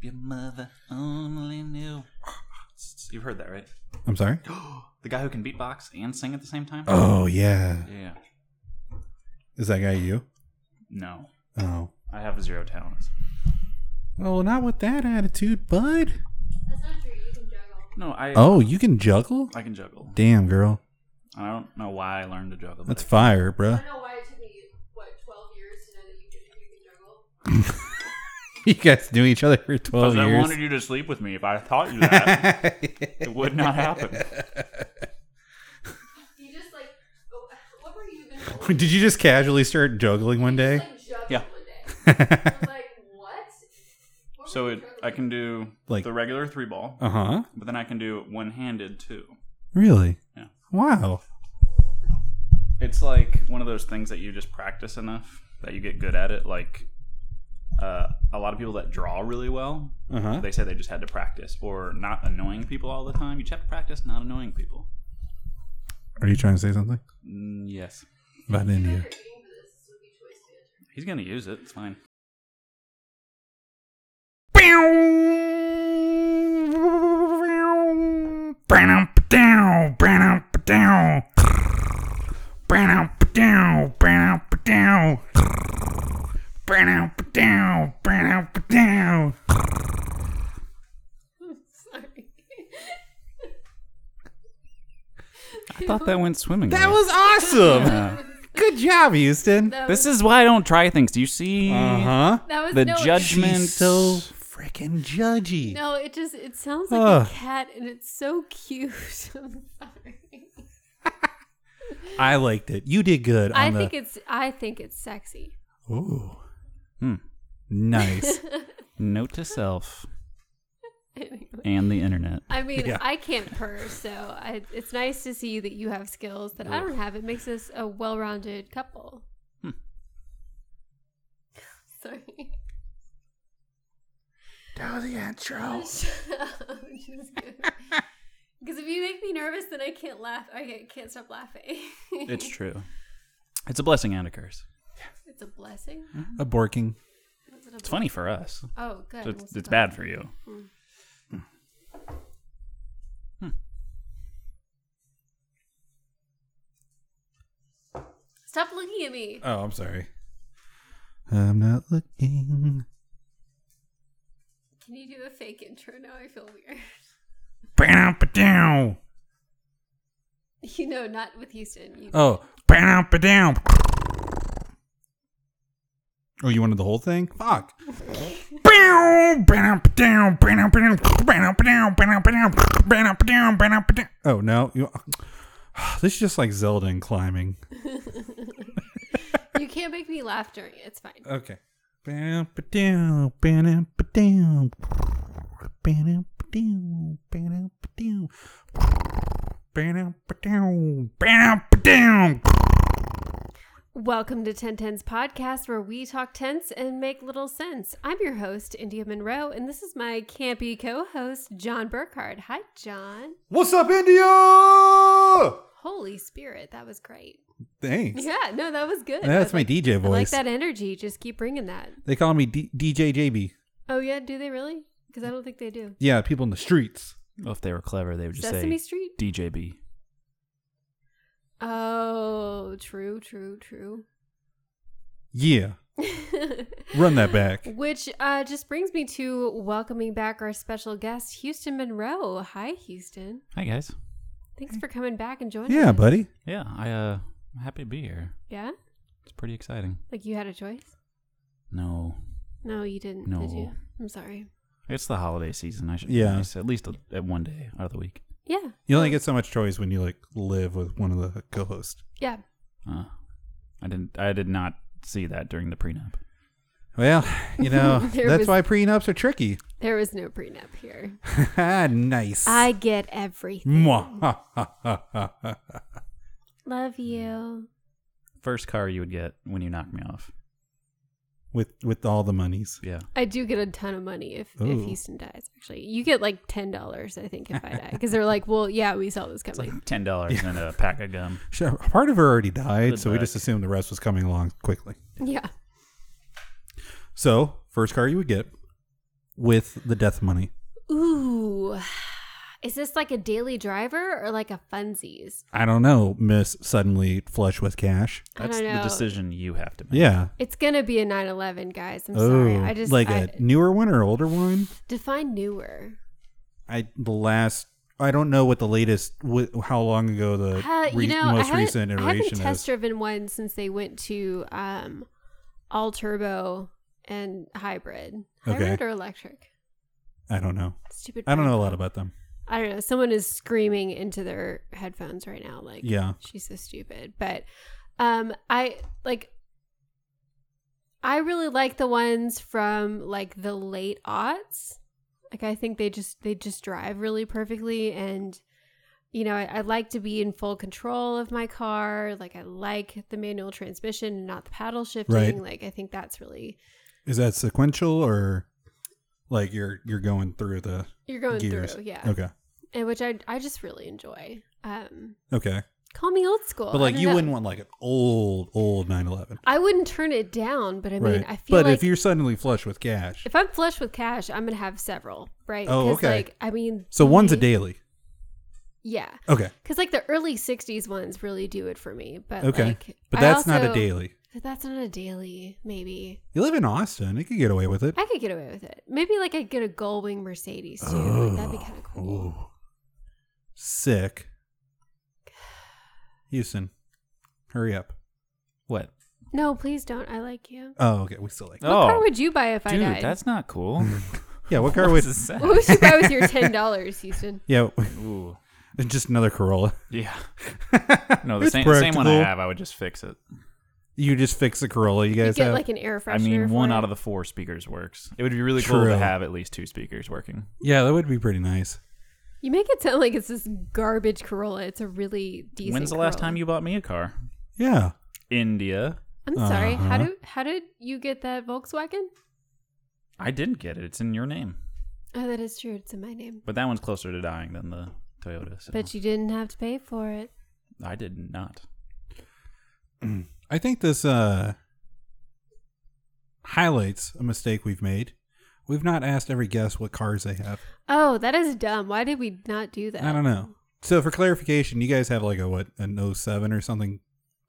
your mother only knew. You've heard that, right? I'm sorry. The guy who can beatbox and sing at the same time? Oh yeah, Yeah. is that guy you? No. Oh, I have zero talents. well, not with that attitude, bud. That's not true. You can juggle. No, I Oh, you can juggle? I can juggle. Damn, girl, I don't know why I learned to juggle. that's But fire, I bruh. don't know why it took me what twelve years to know that you can you can juggle. You guys knew each other for because twelve I years. wanted you to sleep with me. If I taught you that, it would not happen. You just like oh, what were you even? Old? Did you just casually start juggling one You day? just, like, juggled Yeah. One day. I was like, what? What were So it, you juggling? I can do Like- the regular three ball, uh huh. but then I can do one handed too. Really? Yeah. Wow. It's like one of those things that you just practice enough that you get good at it. Like uh, a lot of people that draw really well, Uh huh. they say they just had to practice, or not annoying people all the time. You just have to practice not annoying people. Are you trying to say something Mm, yes, about You guys India? are eating for this. This would be choice banter. he's gonna use it. It's fine. Sorry. I thought that went swimming. That was awesome. Good job, Houston. That This was- is why I don't try things. Do you see Uh huh. that was the no, judgment? She's so freaking judgy. No, it just it sounds like Ugh. a cat, and it's so cute. I'm sorry. I liked it. You did good. On I the, think it's I think it's sexy. Ooh. Hmm. Nice. Note to self and the internet. I mean, Yeah. I can't purr, so I, it's nice to see that you have skills that I don't have. It makes us a well-rounded couple. Hmm. Sorry. that was the intro. Because if you make me nervous, then I can't laugh. I can't stop laughing. It's true. It's a blessing and a curse. it's a blessing. A borking. Is it a Hmm. It's funny for us. Oh, good. So it's, What's it it's called? bad for you. Stop looking at me. Oh, I'm sorry. I'm not looking. Can you do a fake intro? Now I feel weird. Bam, down. You know, not with Houston. You, Oh, bam, down. Oh, you wanted the whole thing? Fuck. Bam, bam, down, bam, down, bam, down, bam, down, bam, down, bam, down. Oh no, you. This is just like Zelda and climbing. you can't make me laugh during it. It's fine. Okay. Bam, down, bam, down, bam, down, bam, down, bam, down, bam, down. Welcome to 1010's podcast, where we talk tense and make little sense. I'm your host, India Monroe, and this is my campy co host, John Burkhardt. Hi, John. What's up, India? Holy Spirit, that was great. Thanks. Yeah, no, that was good. That's I my like- DJ I like voice. that energy. Just keep bringing that. They call me D- DJ JB. Oh, yeah, do they really? Because I don't think they do. Yeah, people in the streets. Well, if they were clever, they would just say Sesame Street? DJB. Oh, true, true, true. Yeah, run that back. Which uh, just brings me to welcoming back our special guest, Houston Monroe. Hi, Houston. Hi guys. Thanks for coming back and joining Yeah, us. buddy. Yeah, I uh, I'm happy to be here. Yeah? It's pretty exciting. Like you had a choice? No, No, you didn't. No. Did you? I'm sorry. it's the holiday season. I should Yeah. nice, at least a, at one day out of the week. Yeah. You only get so much choice when you like live with one of the co-hosts. Yeah. Uh, I didn't. I did not see that during the prenup. Well, you know There that's was- why prenups are tricky. There was no prenup here. nice. I get everything. Mwah. Ha, ha, ha, ha, ha. Love you. First car you would get when you knock me off. with with all the monies. Yeah. I do get a ton of money if, Ooh. if Houston dies, actually. You get like $10, I think, if I die. Because they're like, well, yeah, we saw this It's coming. like ten dollars and a pack of gum. Sure, Part of her already died, Good so we luck. just assumed the rest was coming along quickly. yeah. So first car you would get with the death money. Ooh. Is this like a daily driver or like a funsies? I don't know, Miss Suddenly Flush with Cash. I That's don't the know. decision you have to make. Yeah. Oh, It's gonna be a 9/11, guys. I'm sorry. I just like I, a newer one or older one? define newer. I the last I don't know what the latest wh- how long ago the Uh, re- you know, I most haven't, recent I haven't iteration test is. driven one since they went to um, all turbo and hybrid, Okay. hybrid or electric. I don't know. Stupid. I don't know a brand. lot about them. I don't know. Someone is screaming into their headphones right now. Like, Yeah. she's so stupid. But um, I like. I really like the ones from like the late aughts. Like I think they just they just drive really perfectly, and you know I, I like to be in full control of my car. Like I like the manual transmission, and not the paddle shifting. Right. Like I think that's really Is that sequential or like you're you're going through the you're going Gears. through, yeah. Okay. And which I I just really enjoy. Um, Okay. call me old school, But I like don't you know. wouldn't want like an old old 911. I wouldn't turn it down, but I mean, right. I feel but like if you're suddenly flush with cash. if I'm flush with cash, I'm gonna have several, right? Oh, 'Cause, okay. Like, I mean, so one's a the- daily. Yeah, Okay. because like the early '60s ones really do it for me. But Okay. like, but I that's not a also- daily. But that's not a daily. Maybe You live in Austin. You could get away with it. I could get away with it. Maybe like I get a Gullwing Mercedes too. Like, that'd be kind of cool. Ooh. Sick. Houston, hurry up. What? No, please don't. I like you. Oh, okay. We still like. What car oh, would you buy if I dude, died? that's not cool. Yeah, what car What would? is that? What would you buy with your ten dollars, Houston? Yeah, Ooh. just another Corolla. Yeah. No, the It's same, the same one I practical. have, I would just fix it. You just fix the Corolla. You You guys get have. like an air freshener. I mean, one for out it. of the four speakers works. It would be really cool True. to have at least two speakers working. yeah, that would be pretty nice. You make it sound like it's this garbage Corolla. It's a really decent. When's the last Corolla. time you bought me a car? Yeah, India. I'm sorry. How Uh-huh. do how did you get that Volkswagen? I didn't get it. It's in your name. Oh, that is true. It's in my name. But that one's closer to dying than the Toyota. So But you didn't have to pay for it. I did not. I think this uh highlights a mistake we've made. We've not asked every guest what cars they have. Oh, that is dumb. Why did we not do that? I don't know. So for clarification, you guys have like a what an 07 or something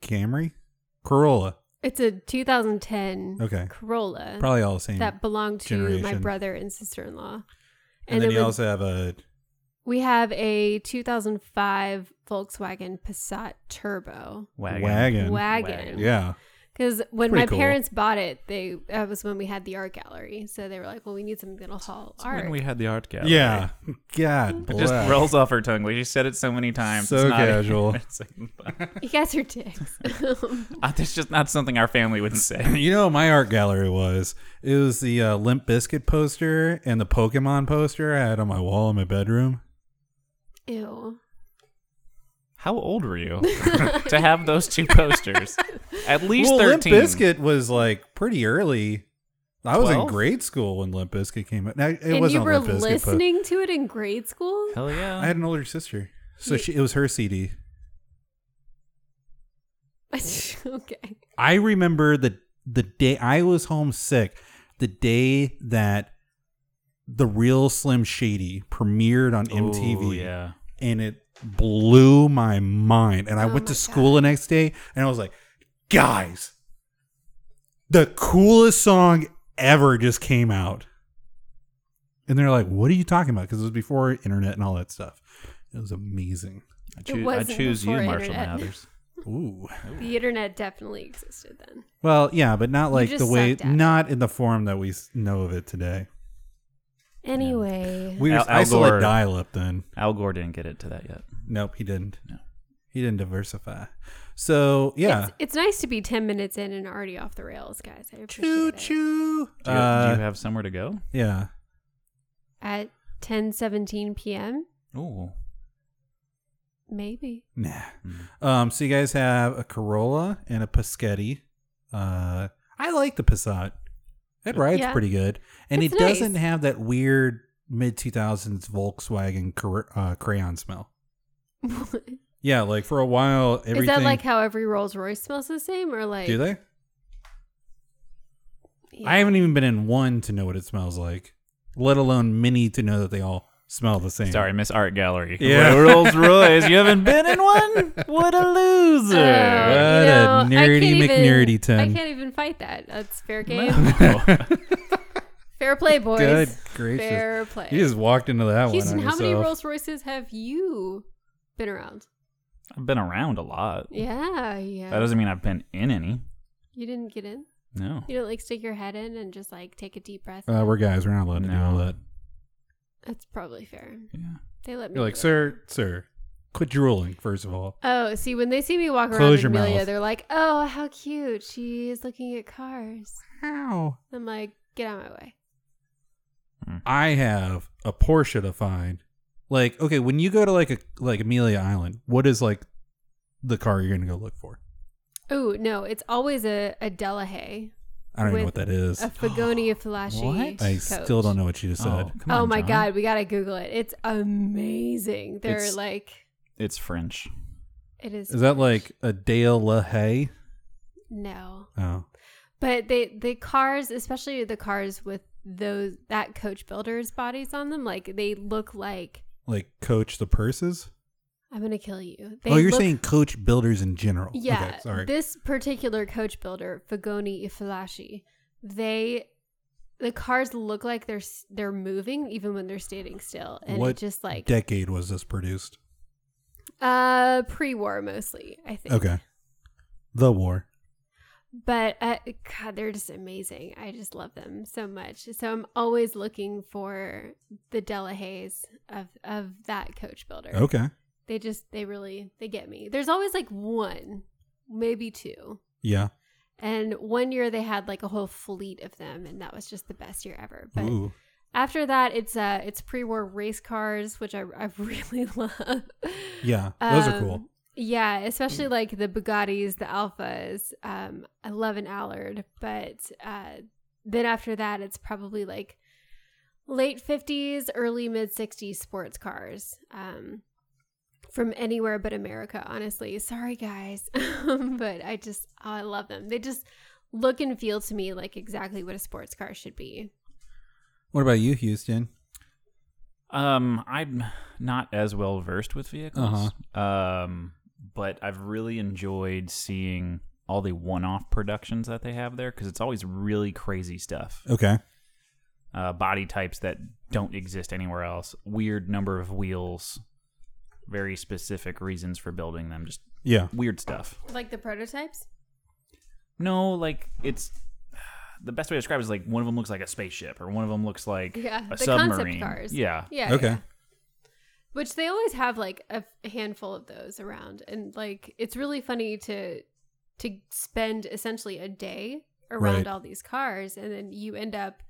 Camry, Corolla. It's a 2010 Okay. Corolla Probably all the same. Uh, that belonged to my generation. brother and sister-in-law. and then it you was- also have a we have a 2005 Volkswagen Passat Turbo Wagon. Wagon. wagon. Yeah. Because when Pretty my cool. parents bought it, they that was when we had the art gallery. So they were like, "Well, we need something that'll haul It's art." When we had the art gallery. Yeah. God It bless. just rolls off her tongue. We just said it so many times. So it's not casual. it's like- you guys are dicks. Uh, That's just not something our family would say. You know what my art gallery was? It was the uh, Limp Biscuit poster and the Pokemon poster I had on my wall in my bedroom. Ew. How old were you to have those two posters? At least well, Limp thirteen. Biscuit was like pretty early. I was in 12? grade school when Limp Biscuit came out. No, It and wasn't you were Limp Bizkit, but listening to it in grade school? Hell yeah! I had an older sister, so You- she, it was her CD. okay. I remember the the day I was homesick, the day that the real Slim Shady premiered on MTV, Ooh, Oh, yeah. and it blew my mind. And I Oh went to my school the next day, and I was like, guys, the coolest song ever just came out. And they're like, what are you talking about? Because it was before internet and all that stuff. It was amazing. I, choo- I wasn't choose choose you, you, before Marshall Marshall internet. Mathers. Ooh. The internet definitely existed then. Well, yeah, but not like just the way, sucked at it. not in the form that we s- know of it today. Anyway, We were, Al- I still Algor. had dial up then. Al Gore didn't get it to that yet. Nope, he didn't. No. He didn't diversify. So yeah, it's, it's nice to be 10 minutes in and already off the rails, guys. I appreciate choo it. choo. Do you, Uh, do you have somewhere to go? yeah, At 10:17 p.m. Ooh, Maybe. nah. Mm-hmm. Um, so you guys have a Corolla and a Paschetti. Uh, I like the Passat. It rides Yeah. pretty good, and It's it nice. doesn't have that weird mid two thousands Volkswagen cor- uh, crayon smell. Yeah, like for a while, everything. Is that like how every Rolls Royce smells the same, or like? do they? Yeah. I haven't even been in one to know what it smells like. let alone many to know that they all smell the same. Sorry, Miss Art Gallery. Yeah. Rolls Royce. You haven't been in one? What a loser. Oh, What a you know, I nerdy can't even- McNerdy ton. I can't even fight that. That's fair game. No. Fair play, boys. Good gracious. Fair play. You just walked into that Houston, one. on how many yourself. Rolls Royces have you been around? I've been around a lot. Yeah, yeah. That doesn't mean I've been in any. you didn't get in. No. You don't like stick your head in and just like take a deep breath. Uh, we're guys. We're not allowed to do No. all that. That's probably fair. Yeah. They let me. You're like, do it. sir, sir, quit drooling. First of all, Oh, see, when they see me walk around Close with your Amelia, mouth. they're like, "Oh, how cute! She's looking at cars." how I'm like, "Get out of my way." I have a Porsche to find. Like, okay, when you go to like a like Amelia Island, what is like the car you're gonna go look for? Oh no, it's always a a Delahaye, I don't even know what With that is. a Fagoni Flashy. What? I still don't know what you just said. come Oh on, my John. god, we gotta Google it. It's amazing. They're It's- like, It's French. it is. Is that like a Dale LaHaye? no? Oh, But they the cars, especially the cars with those that coach builders bodies on them, like they look like like Coach the purses? I'm gonna kill you. They Oh, you're look- saying Coach builders in general? yeah. Okay, sorry. This particular coach builder, Fagoni Ifalashi, they the cars look like they're s- they're moving even when they're standing still, and What it just like decade was this produced? uh pre-war mostly, I think. Okay, the war. but uh, god they're just amazing i just love them so much so i'm always looking for the delahaye's of of that coach builder Okay, they just they really they get me there's always like one maybe two yeah. and one year they had like a whole fleet of them and that was just the best year ever but Ooh, after that it's uh it's pre-war race cars which i, I really love yeah. Those are um, cool. Mm. Yeah, especially like the Bugattis, the Alphas. Um, I love an Allard, but uh, then after that, it's probably like late fifties, early mid sixties sports cars. Um, from anywhere but America, honestly. Sorry, guys, but I just oh, I love them. They just look and feel to me like exactly what a sports car should be. What about you, Houston? Um, I'm not as well versed with vehicles. Um, but I've really enjoyed seeing all the one-off productions that they have there because it's always really crazy stuff. Okay. Uh, body types that don't exist anywhere else. Weird number of wheels. Very specific reasons for building them. Just Yeah. weird stuff. Like the prototypes. No, like it's the best way to describe it is like one of them looks like a spaceship or one of them looks like Yeah, a the submarine. concept cars. Yeah. Yeah. Okay. yeah. Which they always have like a f- handful of those around, and like it's really funny to to spend essentially a day around Right. all these cars, and then you end up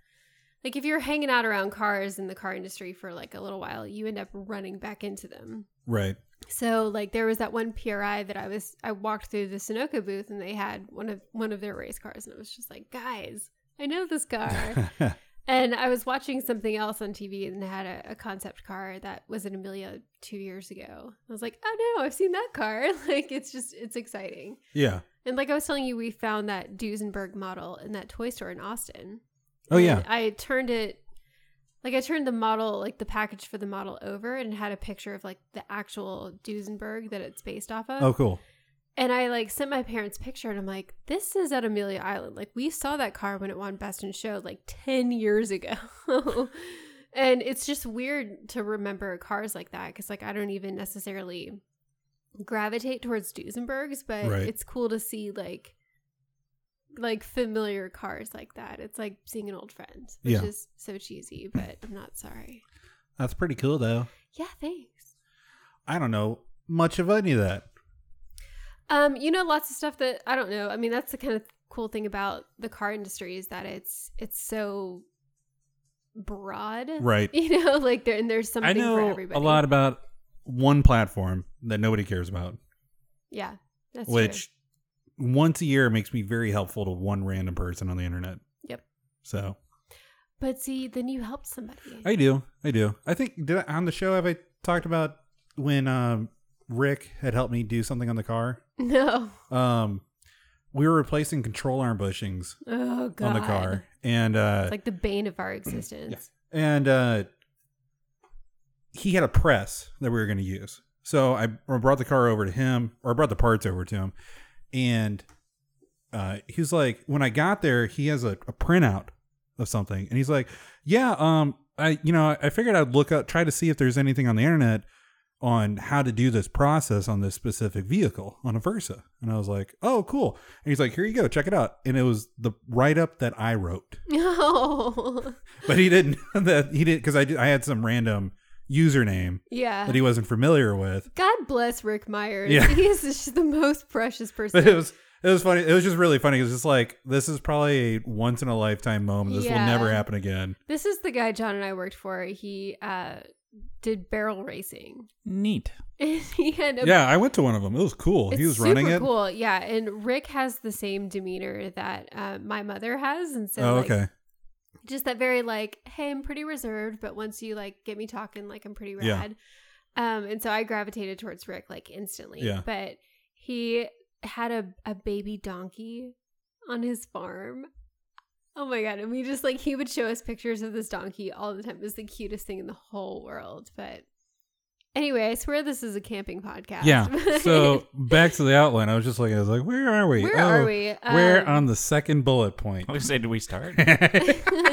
like if you're hanging out around cars in the car industry for like a little while, you end up running back into them. Right. So like there was that one PRI that I was I walked through the Sunoco booth and they had one of one of their race cars, and I was just like, guys, I know this car. And I was watching something else on TV and they had a, a concept car that was in Amelia two years ago. I was like, oh no, I've seen that car. Like, it's just, it's exciting. yeah. And like I was telling you, we found that Duesenberg model in that toy store in Austin. Oh, And yeah. I turned it, like, I turned the model, like, the package for the model over and it had a picture of like the actual Duesenberg that it's based off of. Oh, cool. And I like sent my parents picture and I'm like, this is at Amelia Island. Like we saw that car when it won Best in Show like 10 years ago. and it's just weird to remember cars like that cuz like I don't even necessarily gravitate towards Duesenbergs, but Right. it's cool to see like like familiar cars like that. It's like seeing an old friend, which Yeah. is so cheesy, but I'm not sorry. That's pretty cool, though. Yeah, thanks. I don't know much of any of that. Um, you know, lots of stuff that I don't know. I mean, that's the kind of cool thing about the car industry is that it's it's so broad, Right. You know, like there and there's something I know for everybody. a lot about one platform that nobody cares about, yeah, that's which once a year makes me very helpful to one random person on the internet. Yep. So true. But see, then you help somebody. I do. I do. I think did I, on the show have I talked about when um, Rick had helped me do something on the car? no, Um, we were replacing control arm bushings oh god, on the car, and uh, It's like the bane of our existence. and uh, he had a press that we were going to use. So I I brought the car over to him, or I brought the parts over to him, and uh, he was like, when I got there, he has a, a printout of something, and he's like, yeah, um, I, you know, I figured I'd look up, try to see if there's anything on the internet on how to do this process on this specific vehicle on a Versa, and I was like, oh, cool. And he's like, here you go, check it out, and it was the write up that I wrote Oh, but he didn't that he didn't because I, did- I had some random username yeah. that he wasn't familiar with God bless Rick Myers. Yeah. He is just the most precious but it person. was it was funny it was just really funny it was just like this is probably a once in a lifetime moment this will Yeah. never happen again this is the guy John and I worked for. He uh, did barrel racing, Neat. and he had a yeah i went to one of them it was cool It's he was super running it Cool, yeah. And Rick has the same demeanor that uh, my mother has, and so oh like, okay just that very like, hey, I'm pretty reserved, but once you like get me talking, like I'm pretty Yeah. rad. Um, and so I gravitated towards Rick like instantly. Yeah. But he had a a baby donkey on his farm. Oh my god! And we just like he would show us pictures of this donkey all the time. It was the cutest thing in the whole world. But anyway, I swear this is a camping podcast. yeah so back to the outline i was just like i was like where are we Where Oh, are we? Um, we're on the second bullet point I was say, did we start? Oh.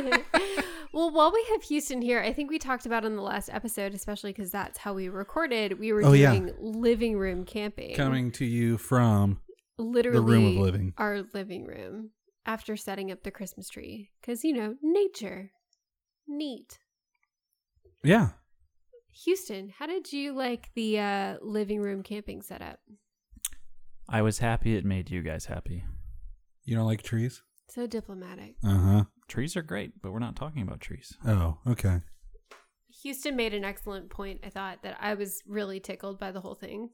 well, while we have Houston here, I think we talked about in the last episode, especially because that's how we recorded. We were Oh, yeah. doing living room camping, coming to you from literally room of living. our living room after setting up the Christmas tree because you know nature, neat. yeah Houston, how did you like the uh, living room camping setup? I was happy it made you guys happy. you don't like trees So diplomatic. uh-huh Trees are great, but we're not talking about trees. oh okay Houston made an excellent point. I thought that I was really tickled by the whole thing.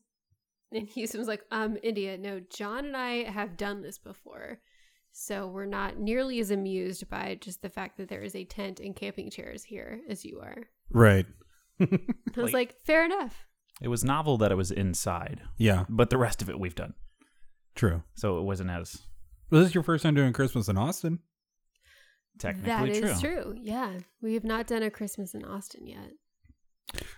And Houston was like, um, India, no, John and I have done this before. So we're not nearly as amused by just the fact that there is a tent and camping chairs here as you are. right I Like- was like, fair enough. It was novel that it was inside, yeah but the rest of it we've done. true So it wasn't as was this your first time doing christmas in austin that technically is true. Yeah. We have not done a Christmas in Austin yet.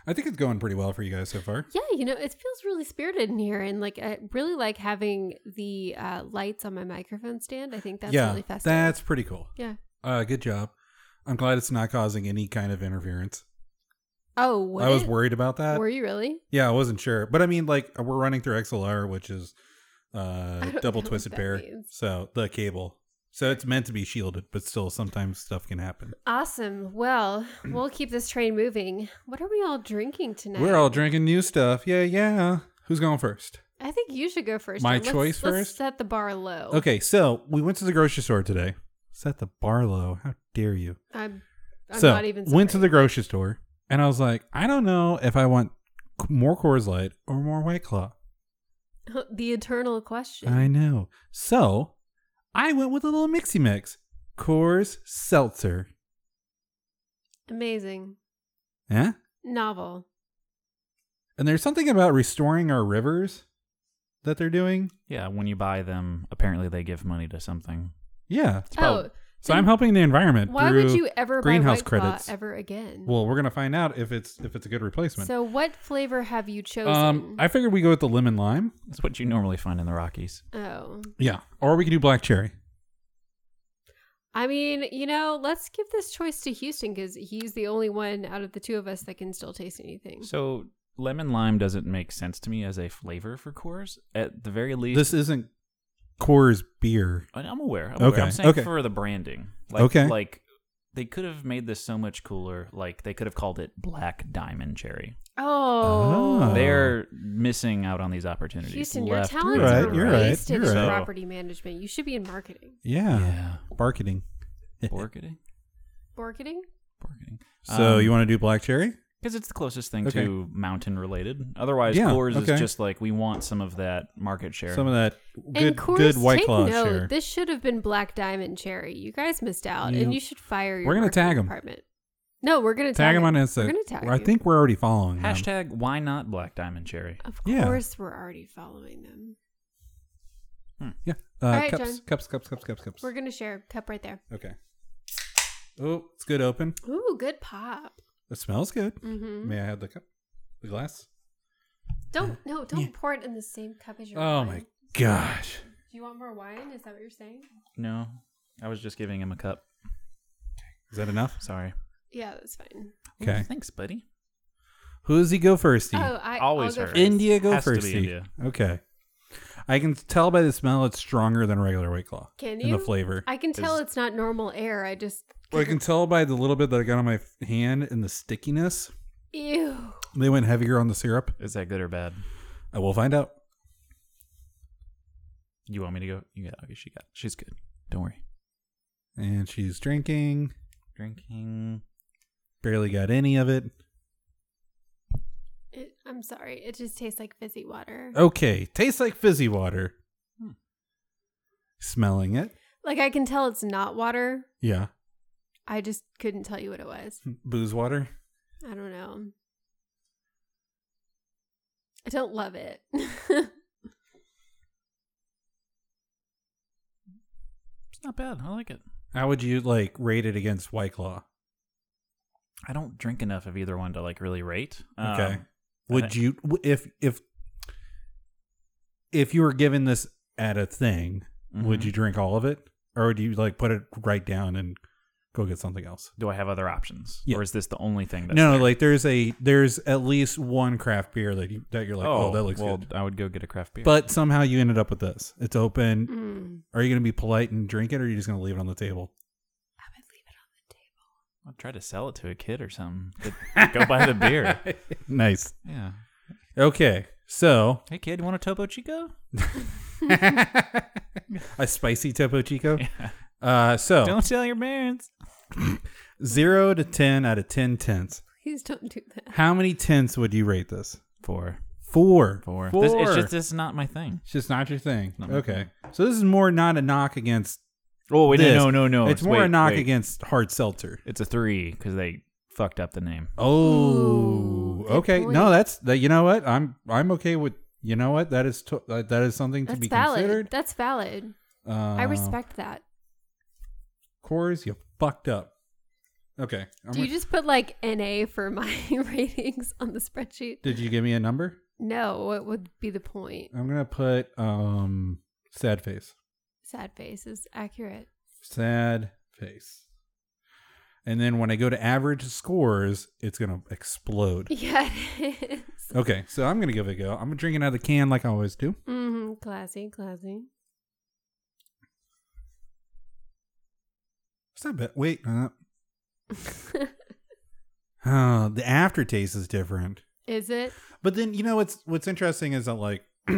I think it's going pretty well for you guys so far. Yeah, you know, it feels really spirited in here. And like, I really like having the uh, lights on my microphone stand. I think that's yeah, really festive. that's pretty cool. yeah. Uh, good job. I'm glad it's not causing any kind of interference. Oh, would I was it? worried about that. Were you really? yeah, I wasn't sure, but I mean, like uh, we're running through XLR, which is uh, don't know double what twisted that pair, means. so the cable. So it's meant to be shielded, but still, sometimes stuff can happen. Awesome. Well, Mm. we'll keep this train moving. What are we all drinking tonight? We're all drinking new stuff. Yeah, yeah. Who's going first? I think you should go first. My Let's- choice let's first? set the bar low. Okay, so we went to the grocery store today. Set the bar low. How dare you? I'm, I'm so not even. Sorry. went to the grocery store and I was like, I don't know if I want c- more Coors Light or more White Claw. the eternal question. I know. So I went with a little mixy mix, Coors Seltzer. Amazing, Yeah. novel. And there's something about restoring our rivers that they're doing. Yeah, when you buy them, apparently they give money to something. Yeah. Oh, probably- So I'm helping the environment. why through would you ever buy greenhouse White Claw credits? ever again? Well, we're gonna find out if it's if it's a good replacement. so what flavor have you chosen? um, I figured we go with the lemon lime. That's what you normally find in the Rockies. oh, Yeah. Or we could do black cherry. I mean, you know, let's give this choice to Houston because he's the only one out of the two of us that can still taste anything. So lemon lime doesn't make sense to me as a flavor for Coors. At the very least, This isn't Coors beer. I- I'm aware. I'm Okay, aware. I'm saying okay. for the branding. Like, Okay. Like they could have made this so much cooler. Like they could have called it Black Diamond Cherry. Oh, Oh. They're missing out on these opportunities. Houston, your left talents and Right, are you're right. right, wasted you're in right. property management. You should be in marketing. Yeah. Marketing. Borketing? Marketing? Borketing. So Um, you want to do black cherry? Because it's the closest thing Okay. to mountain related. Otherwise, Yeah, Coors okay. is just like we want some of that market share. Some of that and good, Coors, good white take claw note. share. This should have been Black Diamond Cherry. You guys missed out, You- and you should fire your. We're gonna marketing tag 'em. Department. No, we're gonna tag tag, them on We're Insta. gonna tag. I you. think we're already following them. Hashtag why not Black Diamond Cherry? Of Yeah. course, we're already following them. Yeah. Uh, right, cups, John. uh, cups, cups, cups, cups, cups. We're gonna share cup right there. okay. Oh, it's good open. Ooh, good pop. It smells good. hmm May I have the cup? The glass? Don't no, don't pour it in the same cup as your. Oh wine. my gosh. Do you want more wine? Is that what you're saying? No, I was just giving him a cup. Is that enough? Sorry. Yeah, that's fine. Okay. thanks, buddy. Who does he go first? Ian? Oh, I Always I'll her. go first. India go Has to be first. Ian. India. Okay. I can tell by the smell it's stronger than regular White Claw. Can In the you? flavor. I can tell it's not normal air. I just Well, I can tell by the little bit that I got on my f- hand and the stickiness. ew. They went heavier on the syrup. Is that good or bad? I will find out. You want me to go? You got. Okay, she got. She's good. Don't worry. And she's drinking. Drinking. Barely got any of it. It, I'm sorry. It just tastes like fizzy water. Okay. Tastes like fizzy water. Hmm. Smelling it. Like I can tell it's not water. Yeah. I just couldn't tell you what it was. Booze water. I don't know. I don't love it. Mm. It's not bad. I like it. How would you like rate it against White Claw? I don't drink enough of either one to like really rate. Um, Okay. would you w- if if if you were given this at a thing, would Mhm. you drink all of it, or would you like put it right down and go get something else? Do I have other options, Yeah. or is this the only thing? That's no, there? like there's a there's at least one craft beer that you that you're like, oh, that looks well, good. I would go get a craft beer. But somehow you ended up with this. It's open. Mm. Are you going to be polite and drink it, or are you just going to leave it on the table? I would leave it on the table. I'll try to sell it to a kid or something. But go buy the beer. Nice. Yeah. Okay, so Hey kid, you want a Topo Chico? a spicy Topo Chico. Uh, so Don't tell your parents. zero to ten out of ten tenths. Please don't do that. How many tenths would you rate this? Four. Four. Four. Four. This, it's just this is not my thing. It's just not your thing. Not my okay. So this is more not a knock against. Oh wait, this. no, no, no. It's more wait, a knock wait. against hard seltzer. It's a three because they fucked up the name. Oh. Ooh, good okay. point. No, that's that. You know what? I'm I'm okay with. You know what? That is to, uh, that is something to That's be valid. considered. That's valid. Uh, I respect that. Coors. You fucked up. Okay. I'm Do you re- just put like NA for my ratings on the spreadsheet? did you give me a number? No, what would be the point? I'm gonna put um sad face. Sad face is accurate. sad face. And then when I go to average scores, it's gonna explode. Yeah, it is. Okay, so I'm gonna give it a go. I'm drinking out of the can like I always do. hmm Classy, classy. It's not bad. Wait, uh, oh, the aftertaste is different. Is it? But then you know what's what's interesting is that like So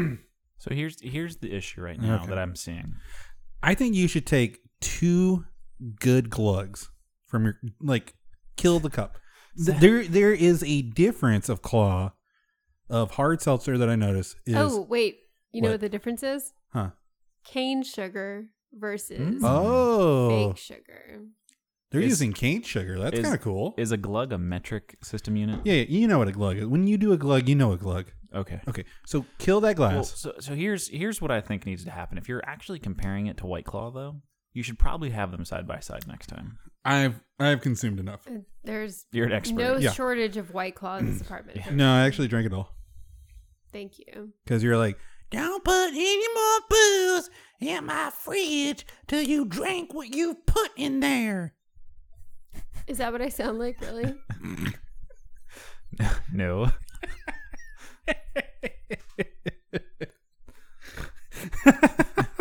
here's here's the issue right now Okay. that I'm seeing. I think you should take two good glugs from your like kill the cup. Th- There there is a difference of claw of hard seltzer that I notice is oh, wait. You know what? what the difference is? huh. Cane sugar versus Hmm? Oh, fake sugar. They're Is- using cane sugar. That's is- kind of cool. Is a glug a metric system unit? yeah, yeah, you know what a glug is. When you do a glug, you know a glug. Okay. Okay, so kill that Well, glass. so so here's here's what I think needs to happen. If you're actually comparing it to White Claw though, you should probably have them side by side next time. I've I've consumed enough. Uh, There's You're an expert. no Yeah. Mm. shortage of white claw in this apartment. No, I actually drank it all Thank you. because you're like, don't put any more booze in my fridge till you drink what you put in there. Is that what I sound like, really? No.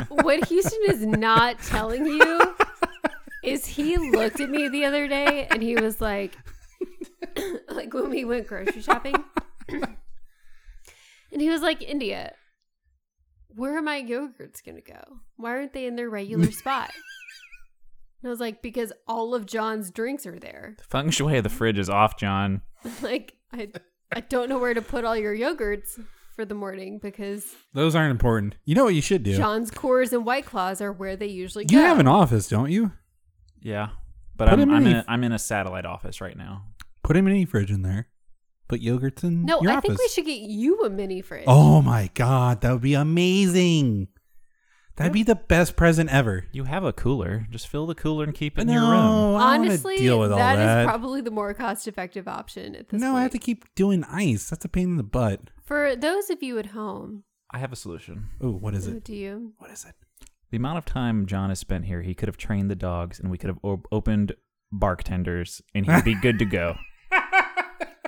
what Houston is not telling you is he looked at me the other day and he was like, like when we went grocery shopping, and he was like, India, where are my yogurts gonna go? Why aren't they in their regular spot? And I was like, because all of John's drinks are there. Feng Shui of the fridge is off, John. Like I, I don't know where to put all your yogurts for the morning because Those aren't important. You know what you should do. John's Coors and White Claws are where they usually go. you have an office, don't you? Yeah. But Put I'm him in I'm in, the- a, I'm in a satellite office right now. Put them in any fridge in there. Put yogurts in No, your I office. think we should get you a mini fridge. Oh my god, that would be amazing. That'd be the best present ever. You have a cooler. Just fill the cooler and keep it But in no, your room. I don't wanna Honestly, deal with all that. that is probably the more cost effective option at this no, point. I have to keep doing ice. That's a pain in the butt. For those of you at home, I have a solution. Oh, what is who it? do you? What is it? The amount of time John has spent here, he could have trained the dogs, and we could have op- opened bartenders, and he'd be good to go.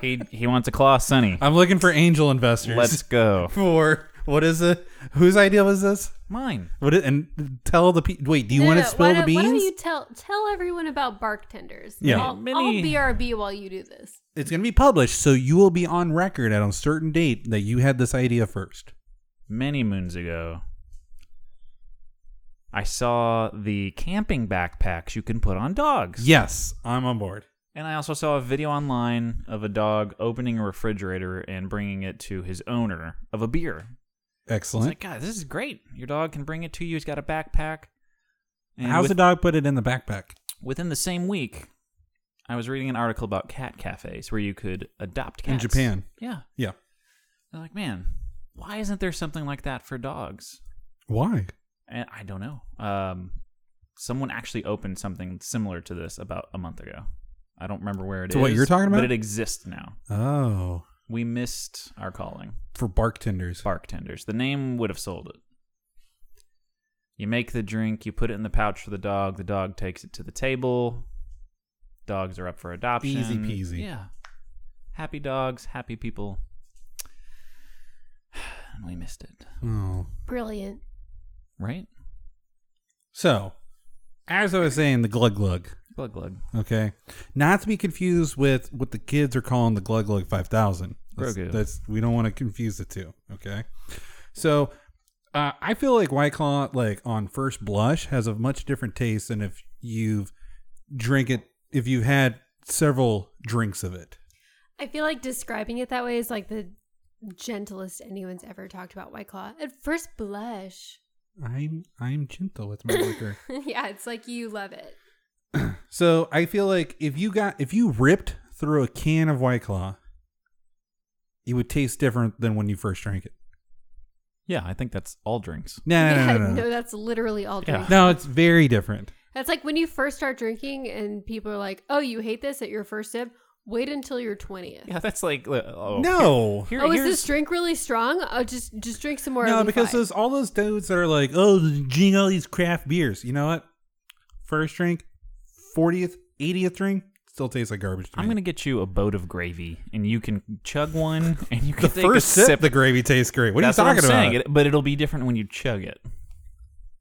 he he wants a claw, Sunny. I'm looking for angel investors. Let's go. for what is it? Whose idea was this? Mine. What it, and tell the pe- wait. Do you No, want no, to spill the why don't- Why beans? don't you tell tell everyone about bartenders? Yeah. I'll, Many- I'll BRB while you do this. it's going to be published, so you will be on record at a certain date that you had this idea first. many moons ago, I saw the camping backpacks you can put on dogs. Yes, I'm on board. And I also saw a video online of a dog opening a refrigerator and bringing it to his owner of a beer. I was Excellent. like, God, this is great. Your dog can bring it to you. He's got a backpack. And How's the with- dog put it in the backpack? within the same week, I was reading an article about cat cafes where you could adopt In cats Japan. Yeah, Yeah. I'm like, man, why isn't there something like that for dogs? Why? And I don't know. Um, someone actually opened something similar to this about a month ago. I don't remember where it is. So what you're talking about? but it exists now. Oh, We missed our calling. for bartenders. Bartenders. The name would have sold it. You make the drink, you put it in the pouch for the dog, the dog takes it to the table. Dogs are up for adoption. Easy peasy. Yeah. Happy dogs, happy people. And we missed it, oh. Brilliant. right? So, as I was saying, the glug glug. Glug glug. Okay, not to be confused with what the kids are calling the glug glug five thousand. That's, Grogu. that's we don't want to confuse the two. Okay, so uh, I feel like White Claw, like on first blush, has a much different taste than if you've drink it if you've had several drinks of it. I feel like describing it that way is like the gentlest anyone's ever talked about White Claw. At first blush. I'm I'm gentle with my liquor. yeah, it's like you love it. So I feel like if you got if you ripped through a can of White Claw, it would taste different than when you first drank it. Yeah, I think that's all drinks. No, no, no, yeah, no, no. that's literally all Yeah. drinks. No, it's very different. That's like when you first start drinking and people are like, oh, you hate this at your first sip? Wait until your 20th. Yeah, that's like oh, no, Here, oh, is here's, this drink really strong? Oh, just just drink some more. no, it'll be because fine. there's all those dudes that are like, oh, drinking all these craft beers. You know what? First drink, fortieth, eightieth drink still tastes like garbage. To I'm me. gonna get you a boat of gravy, and you can chug one, and you can the take first a sip, sip. The gravy tastes great. What that's are you talking what I'm about? saying. It, but it'll be different when you chug it.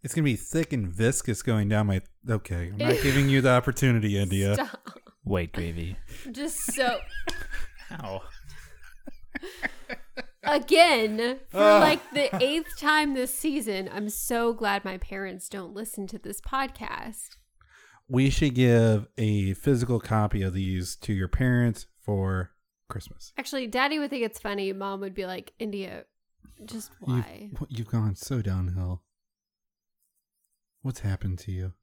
It's gonna be thick and viscous going down my. Okay, I'm not giving you the opportunity, India. Stop. White gravy. just so Ow. again for like the eighth time this season. I'm so glad my parents don't listen to this podcast. we should give a physical copy of these to your parents for Christmas. Actually, Daddy would think it's funny. Mom would be like, India, just why? You've, you've gone so downhill. What's happened to you?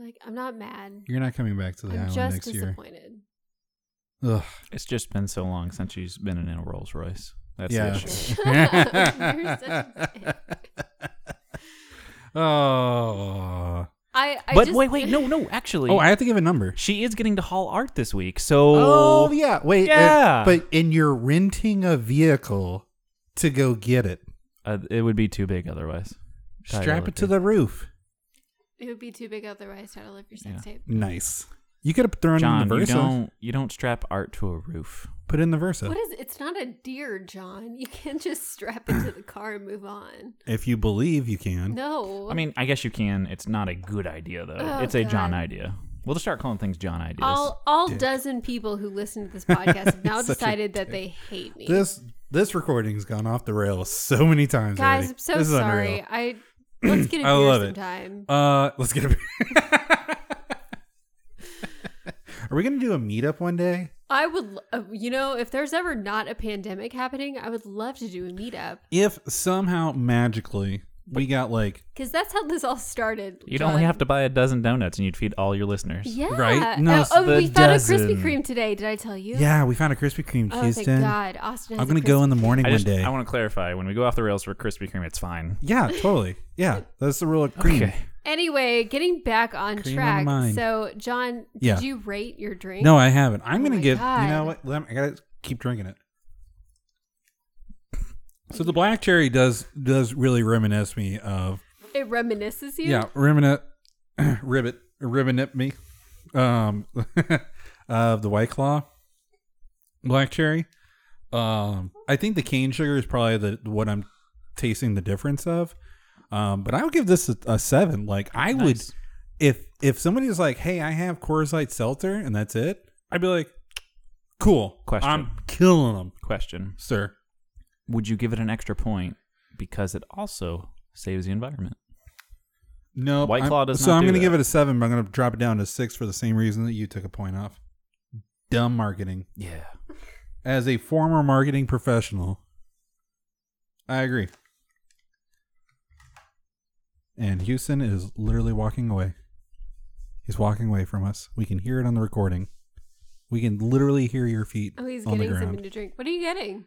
Like, I'm not mad. You're not coming back to the I'm island just next year. disappointed. Ugh. It's just been so long since she's been in a Rolls Royce. That's the issue. You're such a yeah. oh. I, I but just- wait, wait, no, no. Actually, Oh, I have to give a number. she is getting to haul art this week. So Oh yeah. Wait. uh, Yeah. but and you're renting a vehicle to go get it. uh, it would be too big otherwise. Probably Strap would it to be. the roof. It would be too big otherwise. How to live your sex Yeah. tape. Nice. You could have thrown John, in the you Versa. don't you don't strap art to a roof. Put in the Versa. What is? It's not a deer, John. You can't just strap it to the car and move on. if you believe, you can. No. I mean, I guess you can. It's not a good idea though. Oh, it's a John God. idea. We'll just start calling things John ideas. all all Dick. dozen people who listen to this podcast have now Such a decided that dick. they hate me. This this recording's gone off the rails so many times. Guys, already. I'm so This is sorry. unreal. I let's get a I beer love it. sometime. Uh, let's get a Are we gonna do a meetup one day? I would, l- uh, you know, if there's ever not a pandemic happening, I would love to do a meetup. If somehow magically we got like Because that's how this all started. You'd John. only have to buy a dozen donuts and you'd feed all your listeners. Yeah. Right? No, No, it's oh, we the found a dozen. Krispy Kreme today. Did I tell you? yeah, we found a Krispy Kreme, Oh, thank Houston. God. Austin has I'm gonna a go Krispy in the morning I one just day. I want to clarify when we go off the rails for Krispy Kreme, it's fine. yeah, totally. Yeah, that's the rule of cream. Okay. Anyway, getting back on Cream on track. mine. so, John, did Yeah. you rate your drink? No, I haven't. I'm gonna Oh my give. You God. know what? Lem- I gotta keep drinking it. So the black cherry does does really reminisce me of It reminisces you. yeah reminisce ribbit ribbonip me um of the white claw black cherry. Um, I think the cane sugar is probably the what I'm tasting the difference of. Um, but I would give this a, a seven. Like I would Nice. if if somebody was like, "Hey, I have Coors Light Seltzer and that's it," I'd be like, "Cool, Question. I'm killing them, Question: sir." Would you give it an extra point because it also saves the environment? No, White I'm- Claw does So not I'm do gonna give that. it a seven, but I'm gonna drop it down to six for the same reason that you took a point off. Dumb marketing. Yeah. As a former marketing professional, I agree. And Houston is literally walking away. He's walking away from us. We can hear it on the recording. We can literally hear your feet Oh, he's on the getting ground. something to drink. What are you getting?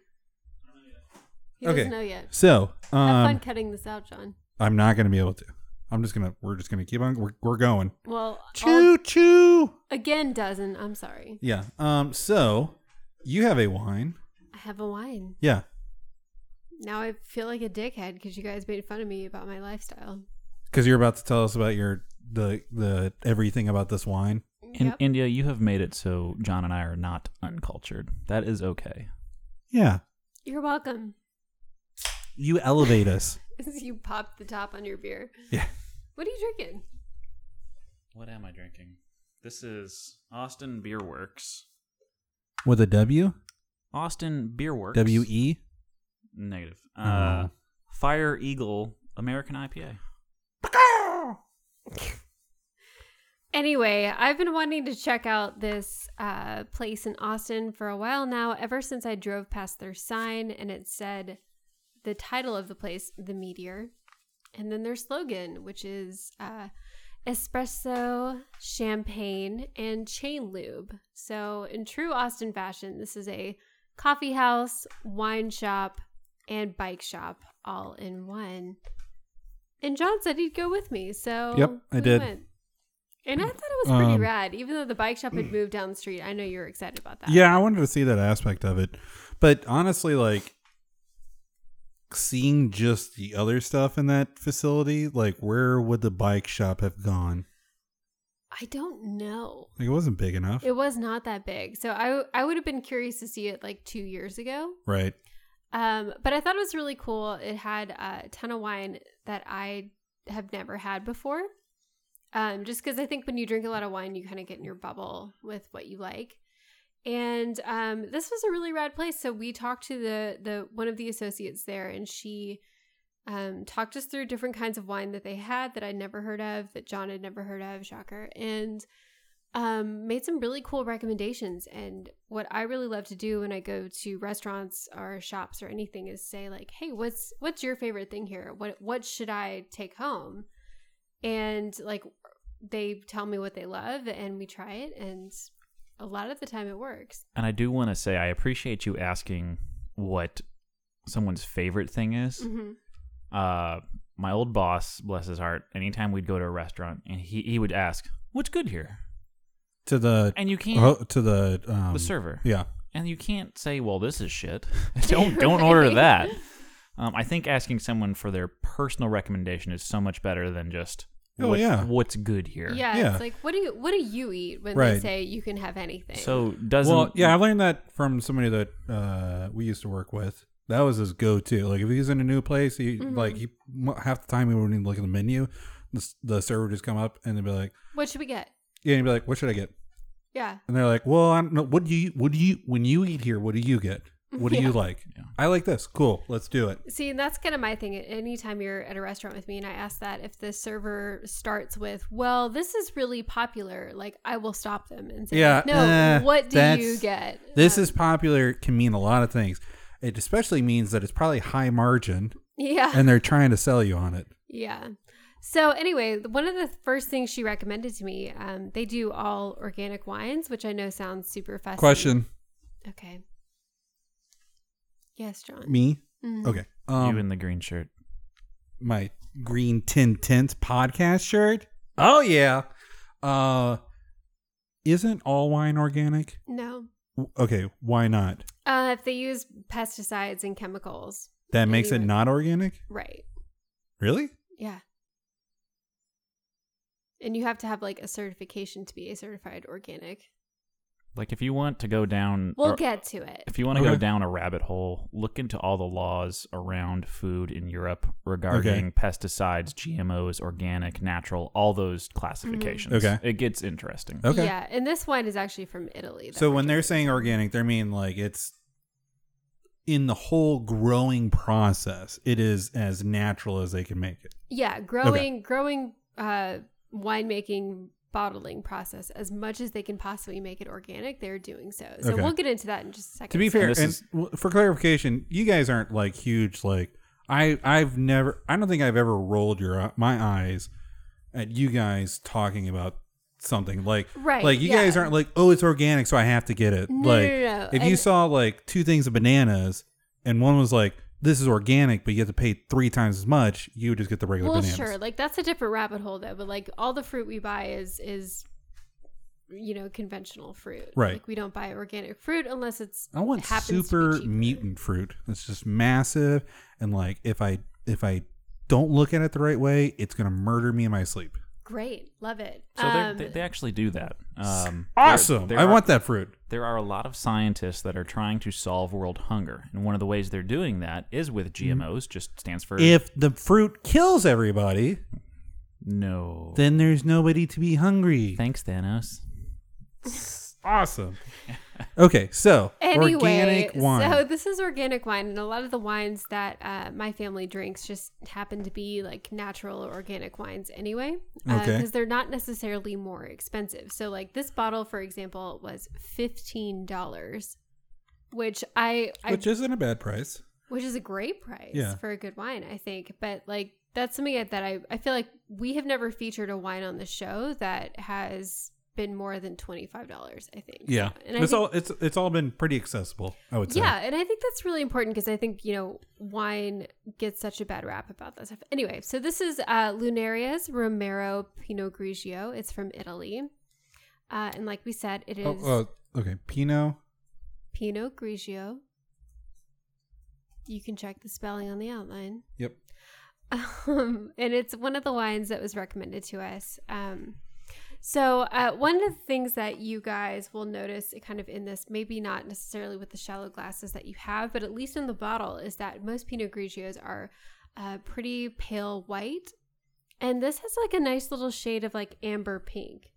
He Okay. doesn't know yet. So, Have fun um, cutting this out, John. I'm not going to be able to. I'm just going to, we're just going to keep on, we're, we're going. Well, all, Choo choo. again, doesn't. I'm sorry. Yeah. Um, so you have a wine. I have a wine. Yeah. Now I feel like a dickhead because you guys made fun of me about my lifestyle. Cause you're about to tell us about your, the, the, everything about this wine. In Yep. India, you have made it so John and I are not uncultured. That is okay. Yeah. You're welcome. You elevate us. you popped the top on your beer. Yeah. What are you drinking? What am I drinking? This is Austin Beer Works. With a W? Austin Beer Works. W E? Negative. Uh, Oh. Fire Eagle American IPA. Anyway, I've been wanting to check out this uh, place in Austin for a while now, ever since I drove past their sign and it said the title of the place, The Meteor, and then their slogan, which is uh, espresso, champagne, and chain lube. So, in true Austin fashion, this is a coffee house, wine shop, and bike shop all in one. And John said he'd go with me. So, Yep, I we did. went. And I thought it was pretty Um, rad, even though the bike shop had moved down the street. I know you were excited about that. Yeah, I wanted to see that aspect of it. But honestly, like seeing just the other stuff in that facility, like where would the bike shop have gone? I don't know. Like it wasn't big enough. It was not that big. So I I would have been curious to see it like 2 years ago. right. Um but I thought it was really cool. It had uh, a ton of wine that I have never had before. Um just cuz I think when you drink a lot of wine you kind of get in your bubble with what you like. And um this was a really rad place. So we talked to the the one of the associates there and she um, talked us through different kinds of wine that they had that I'd never heard of, that John had never heard of, shocker, and um, made some really cool recommendations. And what I really love to do when I go to restaurants or shops or anything is say like, "Hey, what's what's your favorite thing here? What what should I take home?" And like, they tell me what they love, and we try it, and a lot of the time it works. And I do want to say I appreciate you asking what someone's favorite thing is. Mhm. Uh, my old boss, bless his heart, anytime we'd go to a restaurant and he, he would ask, "What's good here?" To the And you can't ho to the um, the server. Yeah. And you can't say, "Well, this is shit." don't don't order Right. that. Um, I think asking someone for their personal recommendation is so much better than just Oh, what- yeah. what's good here. Yeah, Yeah. it's like what do you what do you eat when they Right. say you can have anything? So doesn't Well, yeah, I learned that from somebody that uh, we used to work with. That was his go-to. Like if he was in a new place, he like he mo- half the time he wouldn't even look at the menu. The, s- the server would just come up and they'd be like, what should we get? "Yeah," and he'd be like, "What should I get?" Yeah. And they're like, "Well, I don't know. What do you? What do you? When you eat here, what do you get? What do you like? I like this. Cool. Let's do it. See, and that's kind of my thing. Anytime you're at a restaurant with me and I ask that, if the server starts with, well, this is really popular, like I will stop them and say, Yeah, no, uh, what do you that's- get? Uh, This is popular. Can mean a lot of things. It especially means that it's probably high margin Yeah. and they're trying to sell you on it. Yeah. So anyway, th- one of the first things she recommended to me, um, they do all organic wines, which I know sounds super fussy. Question Okay. Yes, John. me. Mhm. Okay. you Um, in the green shirt. my green tin tint podcast shirt. Oh yeah. Uh, isn't all wine organic? No. W- Okay, why not? Uh, if they use pesticides and chemicals, That makes it Anyway. not organic. right? Really? Yeah. And you have to have like a certification to be a certified organic. Like if you want to go down, We'll or- get to it. if you want to Okay. go down a rabbit hole, look into all the laws around food in Europe regarding pesticides, GMOs, organic, natural, all those classifications. Mm-hmm. Okay. Oh. it gets interesting. Okay. Yeah, and this wine is actually from Italy. that So we're when they're drinking. saying organic, they're mean like it's in the whole growing process. It is as natural as they can make it. yeah, growing growing uh winemaking bottling process as much as they can possibly make it organic, they're doing so. So Okay. we'll get into that in just a second. To be fair, And and this is- w- for clarification, you guys aren't like huge. Like I, I've never. I don't think I've ever rolled your uh, my eyes at you guys talking about something like Right, like you yeah. guys aren't like oh it's organic so i have to get it No, like no, no, no. if you And- saw like two things of bananas and one was like this is organic but you have to pay three times as much you would just get the regular well, bananas sure, like that's a different rabbit hole though. But like all the fruit we buy is is you know conventional fruit. Right. Oh. Like we don't buy organic fruit unless it's I want happens to be super cheaper. mutant fruit. It's just massive, and like if I if I don't look at it the right way, it's gonna murder me in my sleep. Great, love it. So um, they, they actually do that. Um, there- Awesome! there I are- want that fruit. There are a lot of scientists that are trying to solve world hunger, and one of the ways they're doing that is with Mm-hmm. GMOs. Just stands for If the fruit kills everybody, no. then there's nobody to be hungry. Thanks, Thanos. Awesome. okay, so Anyway, organic wine. so this is organic wine, and a lot of the wines that uh, my family drinks just happen to be like natural or organic wines anyway, because Okay. they're not necessarily more expensive. So, like this bottle, for example, was fifteen dollars, which I, I which isn't a bad price. which is a great price Yeah. for a good wine, I think. But like that's something that I, I feel like we have never featured a wine on the show that has been more than twenty five dollars. I think. Yeah, and I it's think- all it's it's all been pretty accessible. I would say. yeah, and I think that's really important because I think, you know, wine gets such a bad rap about that stuff. Anyway, so this is uh, Lunaria's Romero Pinot Grigio. It's from Italy. Uh, and like we said, it is Oh, oh, okay. Pinot. Pinot Grigio. You can check the spelling on the outline. Yep. Um, and it's one of the wines that was recommended to us. Um, so, uh, one of the things that you guys will notice kind of in this, maybe not necessarily with the shallow glasses that you have, but at least in the bottle, is that most Pinot Grigios are uh, pretty pale white. And this has like a nice little shade of like amber pink,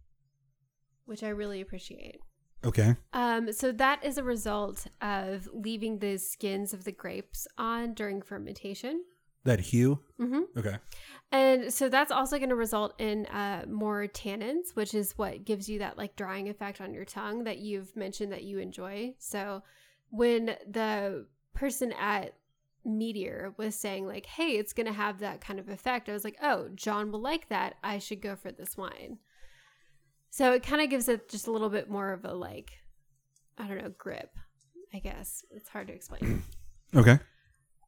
which I really appreciate. Okay. Um, so that is a result of leaving the skins of the grapes on during fermentation. That hue. hmm Okay. And so that's also going to result in uh, more tannins, which is what gives you that like drying effect on your tongue that you've mentioned that you enjoy. So when the person at Meteor was saying like, "Hey, it's going to have that kind of effect," I was like, "Oh, John will like that. I should go for this wine." So it kind of gives it just a little bit more of a like, I don't know, grip. I guess it's hard to explain. Okay.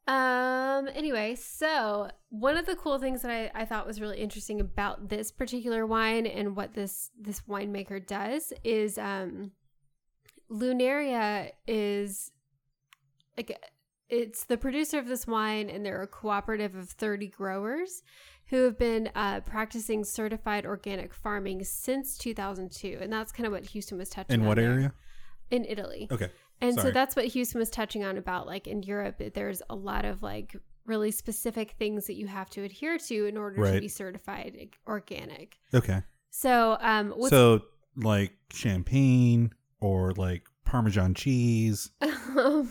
Um. Anyway, so one of the cool things that I, I thought was really interesting about this particular wine and what this this winemaker does is um, Lunaria is like it's the producer of this wine, and they're a cooperative of thirty growers who have been uh, practicing certified organic farming since 2002, and that's kind of what Houston was touching. In on what there. area? In Italy. Okay. And so Sorry. that's what Houston was touching on about like in Europe, that there's a lot of like really specific things that you have to adhere to in order to Right. be certified organic. Okay. So, um, what's, so like champagne or like parmesan cheese. um,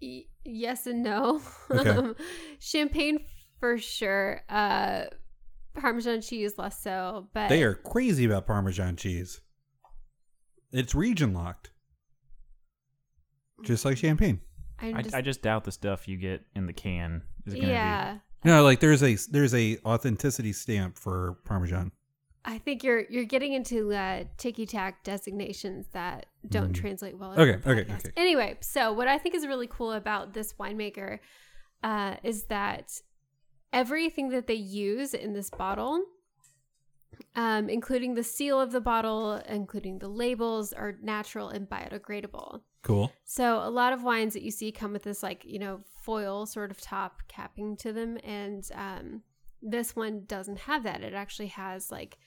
y- yes and no. Okay. Um, champagne for sure. Uh, Parmesan cheese less so, but They are crazy about parmesan cheese. It's region locked. Just like champagne. I I, just, I just doubt the stuff you get in the can is going to be. yeah. No, like there's a there's a authenticity stamp for Parmesan. I think you're you're getting into uh, ticky tack designations that don't Mm. translate well. Okay, into the okay, podcast. okay. Anyway, so what I think is really cool about this winemaker uh, is that everything that they use in this bottle, um, including the seal of the bottle, including the labels, are natural and biodegradable. Cool. So a lot of wines that you see come with this like you know foil sort of top capping to them, and um, this one doesn't have that. It actually has like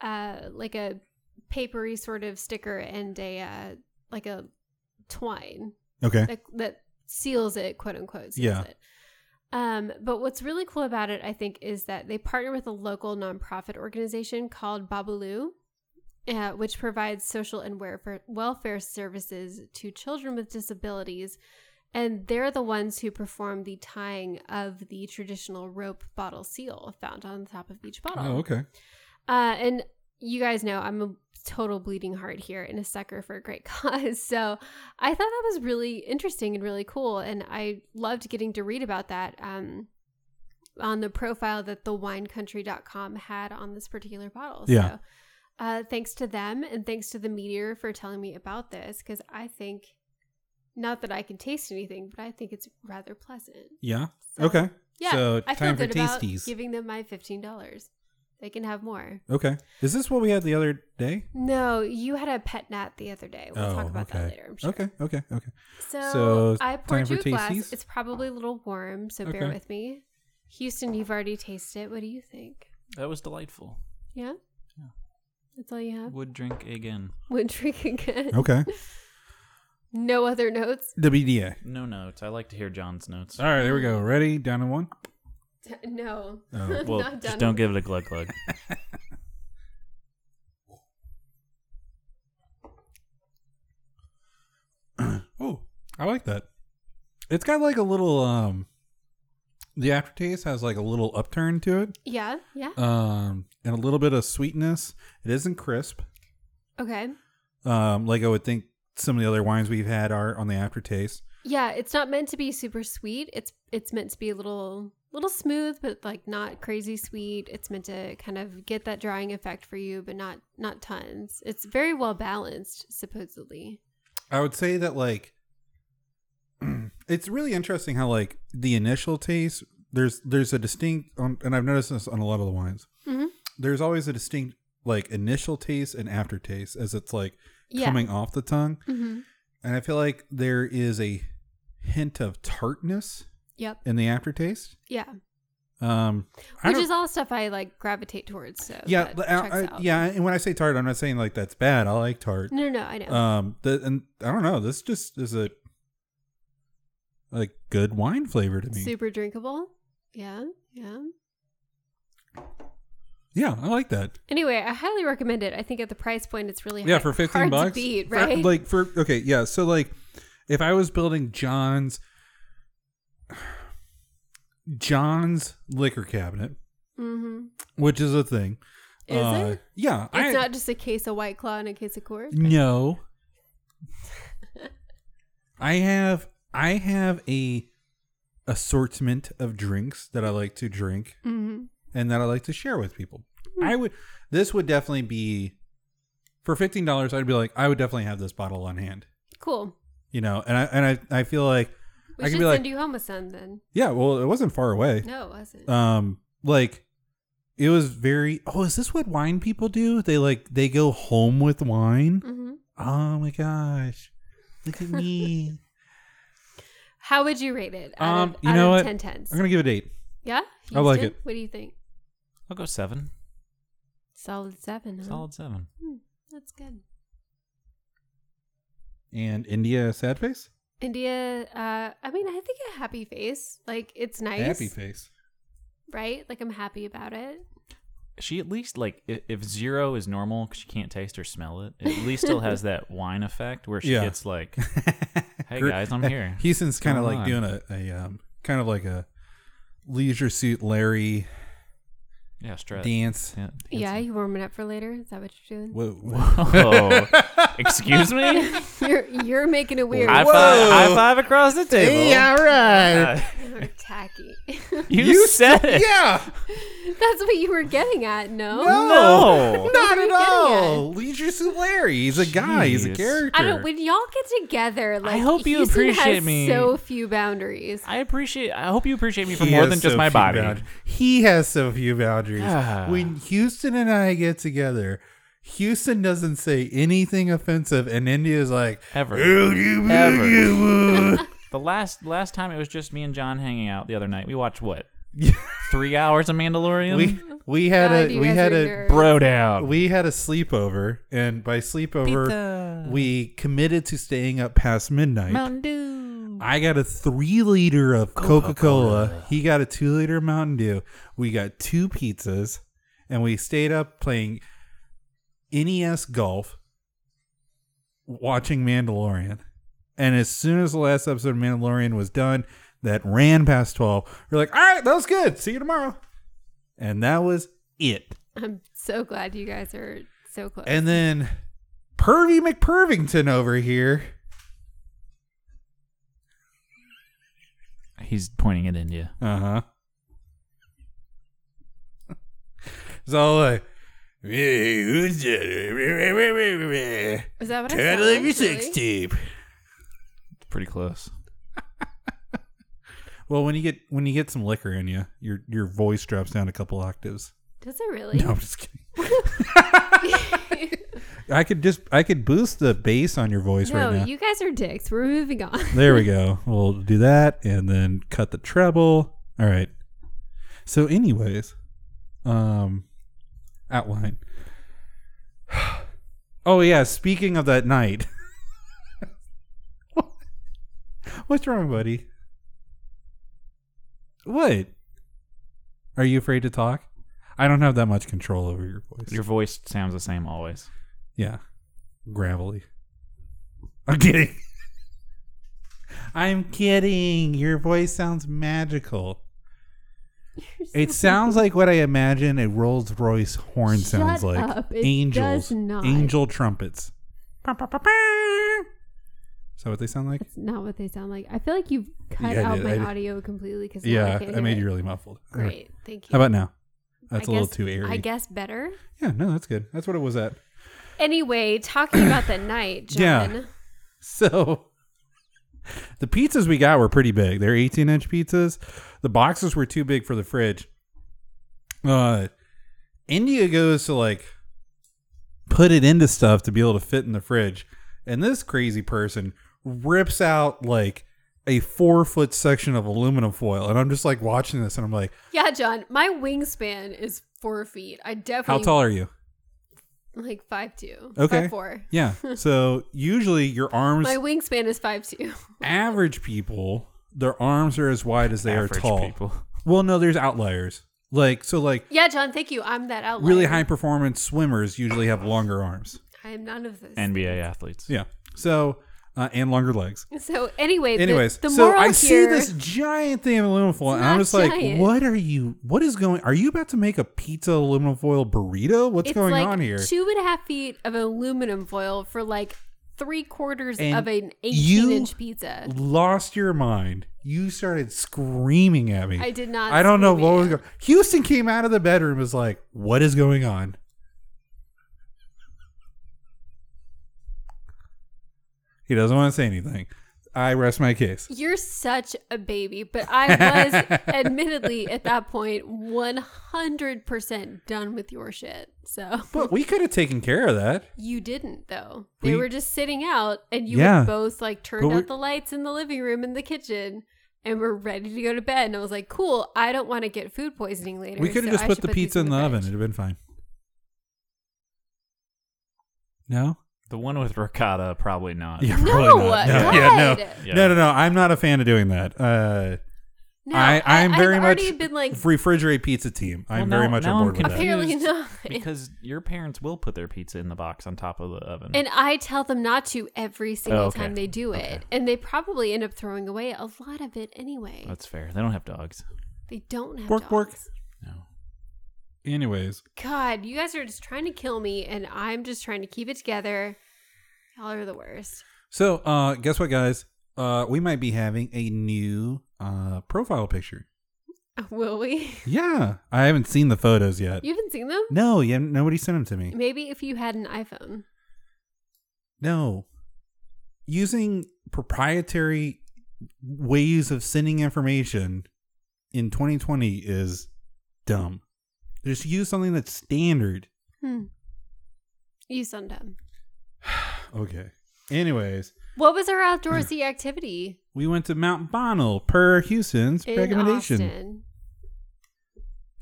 uh, like a papery sort of sticker and a uh, like a twine Okay. that, that seals it, quote unquote. Seals Yeah. It. Um, but what's really cool about it, I think, is that they partner with a local nonprofit organization called Babalu, uh, which provides social and welfare, welfare services to children with disabilities. And they're the ones who perform the tying of the traditional rope bottle seal found on the top of each bottle. Oh, okay. Uh, and you guys know I'm a total bleeding heart here and a sucker for a great cause. So I thought that was really interesting and really cool. And I loved getting to read about that um, on the profile that thewinecountry.com had on this particular bottle. Yeah. So uh, thanks to them and thanks to the meteor for telling me about this because I think, not that I can taste anything, but I think it's rather pleasant. Yeah. So, okay. Yeah. So, I time feel for good about tasties. giving them my $15. They can have more. Okay. Is this what we had the other day? No, you had a pet nat the other day. We'll talk about that later. I'm Oh, sure. Okay. Okay. Okay. So, So, I time poured for you a glass. tasties? It's probably a little warm, so bear Okay. with me. Houston, you've already tasted it. What do you think? That was delightful. Yeah. That's all you have. Would drink again. Would drink again. Okay. No other notes. WDA. No notes. I like to hear John's notes. All right. There we go. Ready? Down in one. No. Oh. Well, Not just done don't with- give it a glug glug. Oh, I like that. It's got like a little um the aftertaste has like a little upturn to it. Yeah. Yeah. Um and a little bit of sweetness. It isn't crisp. Okay. Um like I would think some of the other wines we've had are on the aftertaste. Yeah. It's not meant to be super sweet. It's it's meant to be a little little smooth, but like not crazy sweet. It's meant to kind of get that drying effect for you, but not not tons. It's very well balanced, supposedly. I would say that like it's really interesting how like the initial taste there's there's a distinct on, and I've noticed this on a lot of the wines. Mhm. There's always a distinct like initial taste and aftertaste as it's like Yeah. coming off the tongue. Mm-hmm. And I feel like there is a hint of tartness Yep. in the aftertaste. Yeah. Um, I Which don't- is all stuff I like gravitate towards. So yeah, that I- checks I- out. yeah. And when I say tart, I'm not saying like that's bad. I like tart. No, no, no, I know. Um, the, and I don't know. This just is a like good wine flavor to me. Super drinkable. Yeah. Yeah. Yeah, I like that. Anyway, I highly recommend it. I think at the price point, it's really yeah, hard- for fifteen hard bucks, to beat, For- right? like for okay, yeah. So like, if I was building John's John's liquor cabinet, mm-hmm. which is a thing. Is uh, it? Yeah, It's I, not just a case of White Claw and a case of Coors. No. I have I have a assortment of drinks that I like to drink Mm-hmm. and that I like to share with people. Hmm. I would this would definitely be for fifteen dollars I'd be like, I would definitely have this bottle on hand. Cool. You know, and I and I, I feel like I We could should be send like- you home with some then. yeah, well it wasn't far away. No, it wasn't. Um like it was very oh, is this what wine people do? They like they go home with wine? hmm Oh my gosh. Look at me. How would you rate it? Out Um, of, you out know of what? 10 tens. I'm gonna give it eight. yeah? I like Houston? it. What do you think? I'll go seven. Solid seven. Huh? Solid seven. Hmm, that's good. And India sad face? India, uh, I mean, I think a happy face. Like, it's nice. Happy face. Right? Like, I'm happy about it. She at least like i- if zero is normal because she can't taste or smell it. It at least still has that wine effect where she Yeah. gets like, "Hey guys, I'm here." Houston's kind of going like on? doing a, a um kind of like a leisure suit Larry Yeah, strut. Dance. Yeah. Yeah, you warming up for later? Is that what you're doing? Whoa. Oh, excuse me. you're you're making it weird. High five, high five across the table. all right. Uh, You're tacky. you, You said it. yeah. That's what you were getting at, no? No. Not are at you getting all. Leisure Suit Larry. He's a guy. He's a Jeez. character. I don't. When y'all get together, like hope you Houston appreciate has me. So few boundaries. I appreciate. I hope you appreciate me for He more has than just so my few body. bound- He has so few boundaries. Ah. When Houston and I get together, Houston doesn't say anything offensive, and India's like, Ever. "Oh, you- Ever. you- The last last time it was just me and John hanging out the other night. We watched what? Three hours of Mandalorian. we we had God, a you we guys had are a nerds. bro down. we had a sleepover, and by sleepover, Pizza. we committed to staying up past midnight. Mountain Dew. I got a three liter of Coca Cola. He got a two liter Mountain Dew. We got two pizzas, and we stayed up playing NES golf, watching Mandalorian. And as soon as the last episode of Mandalorian was done, that ran past twelve. We're like, all right, that was good. See you tomorrow. And that was it. I'm so glad you guys are so close. And then Pervy McPervington over here. He's pointing at India. Uh huh. It's all like, "Hey, who's that? Is that what I Turn said? on your sex tape. It's pretty close. Well, when you get when you get some liquor in you, your your voice drops down a couple octaves. Does it really? No, I'm just kidding. I could just I could boost the bass on your voice No, right now. you guys are dicks. We're moving on. There we go. We'll do that and then cut the treble. All right. So, anyways, um, outline. Oh yeah. Speaking of that night, what's wrong, buddy? What? Are you afraid to talk? I don't have that much control over your voice. Your voice sounds the same always. Yeah. Gravelly. I'm kidding. I'm kidding. Your voice sounds magical. It sounds like what I imagine a Rolls Royce horn Shut sounds like. up. It Angels. does not. Angel trumpets. Bah, bah, bah, bah. Is that what they sound like? That's not what they sound like. I feel like you've cut Yeah, I out did. I my did. audio completely because yeah, I, I made you really muffled. great. Thank you. How about now? That's I a little guess- too airy. I guess better. Yeah, no, that's good. That's what it was at. Anyway, talking about the night, Yeah. John. So the pizzas we got were pretty big. They're 18 inch pizzas. The boxes were too big for the fridge. Uh, India goes to like put it into stuff to be able to fit in the fridge. And this crazy person rips out like a four foot section of aluminum foil. And I'm just like watching this and I'm like, Yeah, John. My wingspan is four feet. I how definitely tall are you? like five two. Okay. Five four. Yeah. So usually your arms, My wingspan is five two. average people, their arms are as wide as they are Average tall. people. Well, no, there's outliers. Like so, like Yeah, John, thank you. I'm that outlier. really high performance swimmers usually have longer arms. I am none of this. NBA athletes. Yeah. So uh, and longer legs. so anyway, the- Anyways, the, so moral I see here- this giant thing of aluminum foil, It's and I'm not just like, giant. "What are you? What is going? Are you about to make a pizza aluminum foil burrito? What's it's going like on here?" Two and a half feet of aluminum foil for like three quarters And of an you- eighteen-inch pizza. Lost your mind. You started screaming at me. I did not I don't know scream what at was you. going. Houston came out of the bedroom. and Was like, "What is going on?" He doesn't want to say anything. I rest my case. You're such a baby, but I was admittedly at that point 100% done with your shit. So But we could have taken care of that. you didn't, though. They We- were just sitting out, and you Yeah. had both like But turned we- out the lights in the living room and the kitchen and were ready to go to bed. And I was like, cool, I don't want to get food poisoning later. we could have so just I put should the these pizza in the, oven. fridge." It'd have been fine. No. The one with ricotta, probably not. Yeah, No, probably not. No, God. yeah, no. Yeah. no, no, no. I'm not a fan of doing that. Uh, No, I, I'm very I've much already been like, refrigerate pizza team. I'm Well, very now- much now on I'm board with that. confused. apparently not. Because your parents will put their pizza in the box on top of the oven. And I tell them not to every single Oh, okay. time they do it. And they probably end up throwing away a lot of it anyway. That's fair. They don't have dogs. They don't have Bork, dogs. bork. No. Anyways, God, you guys are just trying to kill me, and I'm just trying to keep it together. Y'all are the worst. so uh, guess what, guys? Uh, we might be having a new uh profile picture. Will we? Yeah, I haven't seen the photos yet. You haven't seen them? no, yeah, nobody sent them to me. Maybe if you had an iPhone. No. Using proprietary ways of sending information in 2020 is dumb. Just use something that's standard. Hmm. You sound dumb. Okay. Anyways, What was our outdoorsy activity we went to Mount Bonnell per Houston's in recommendation. Austin?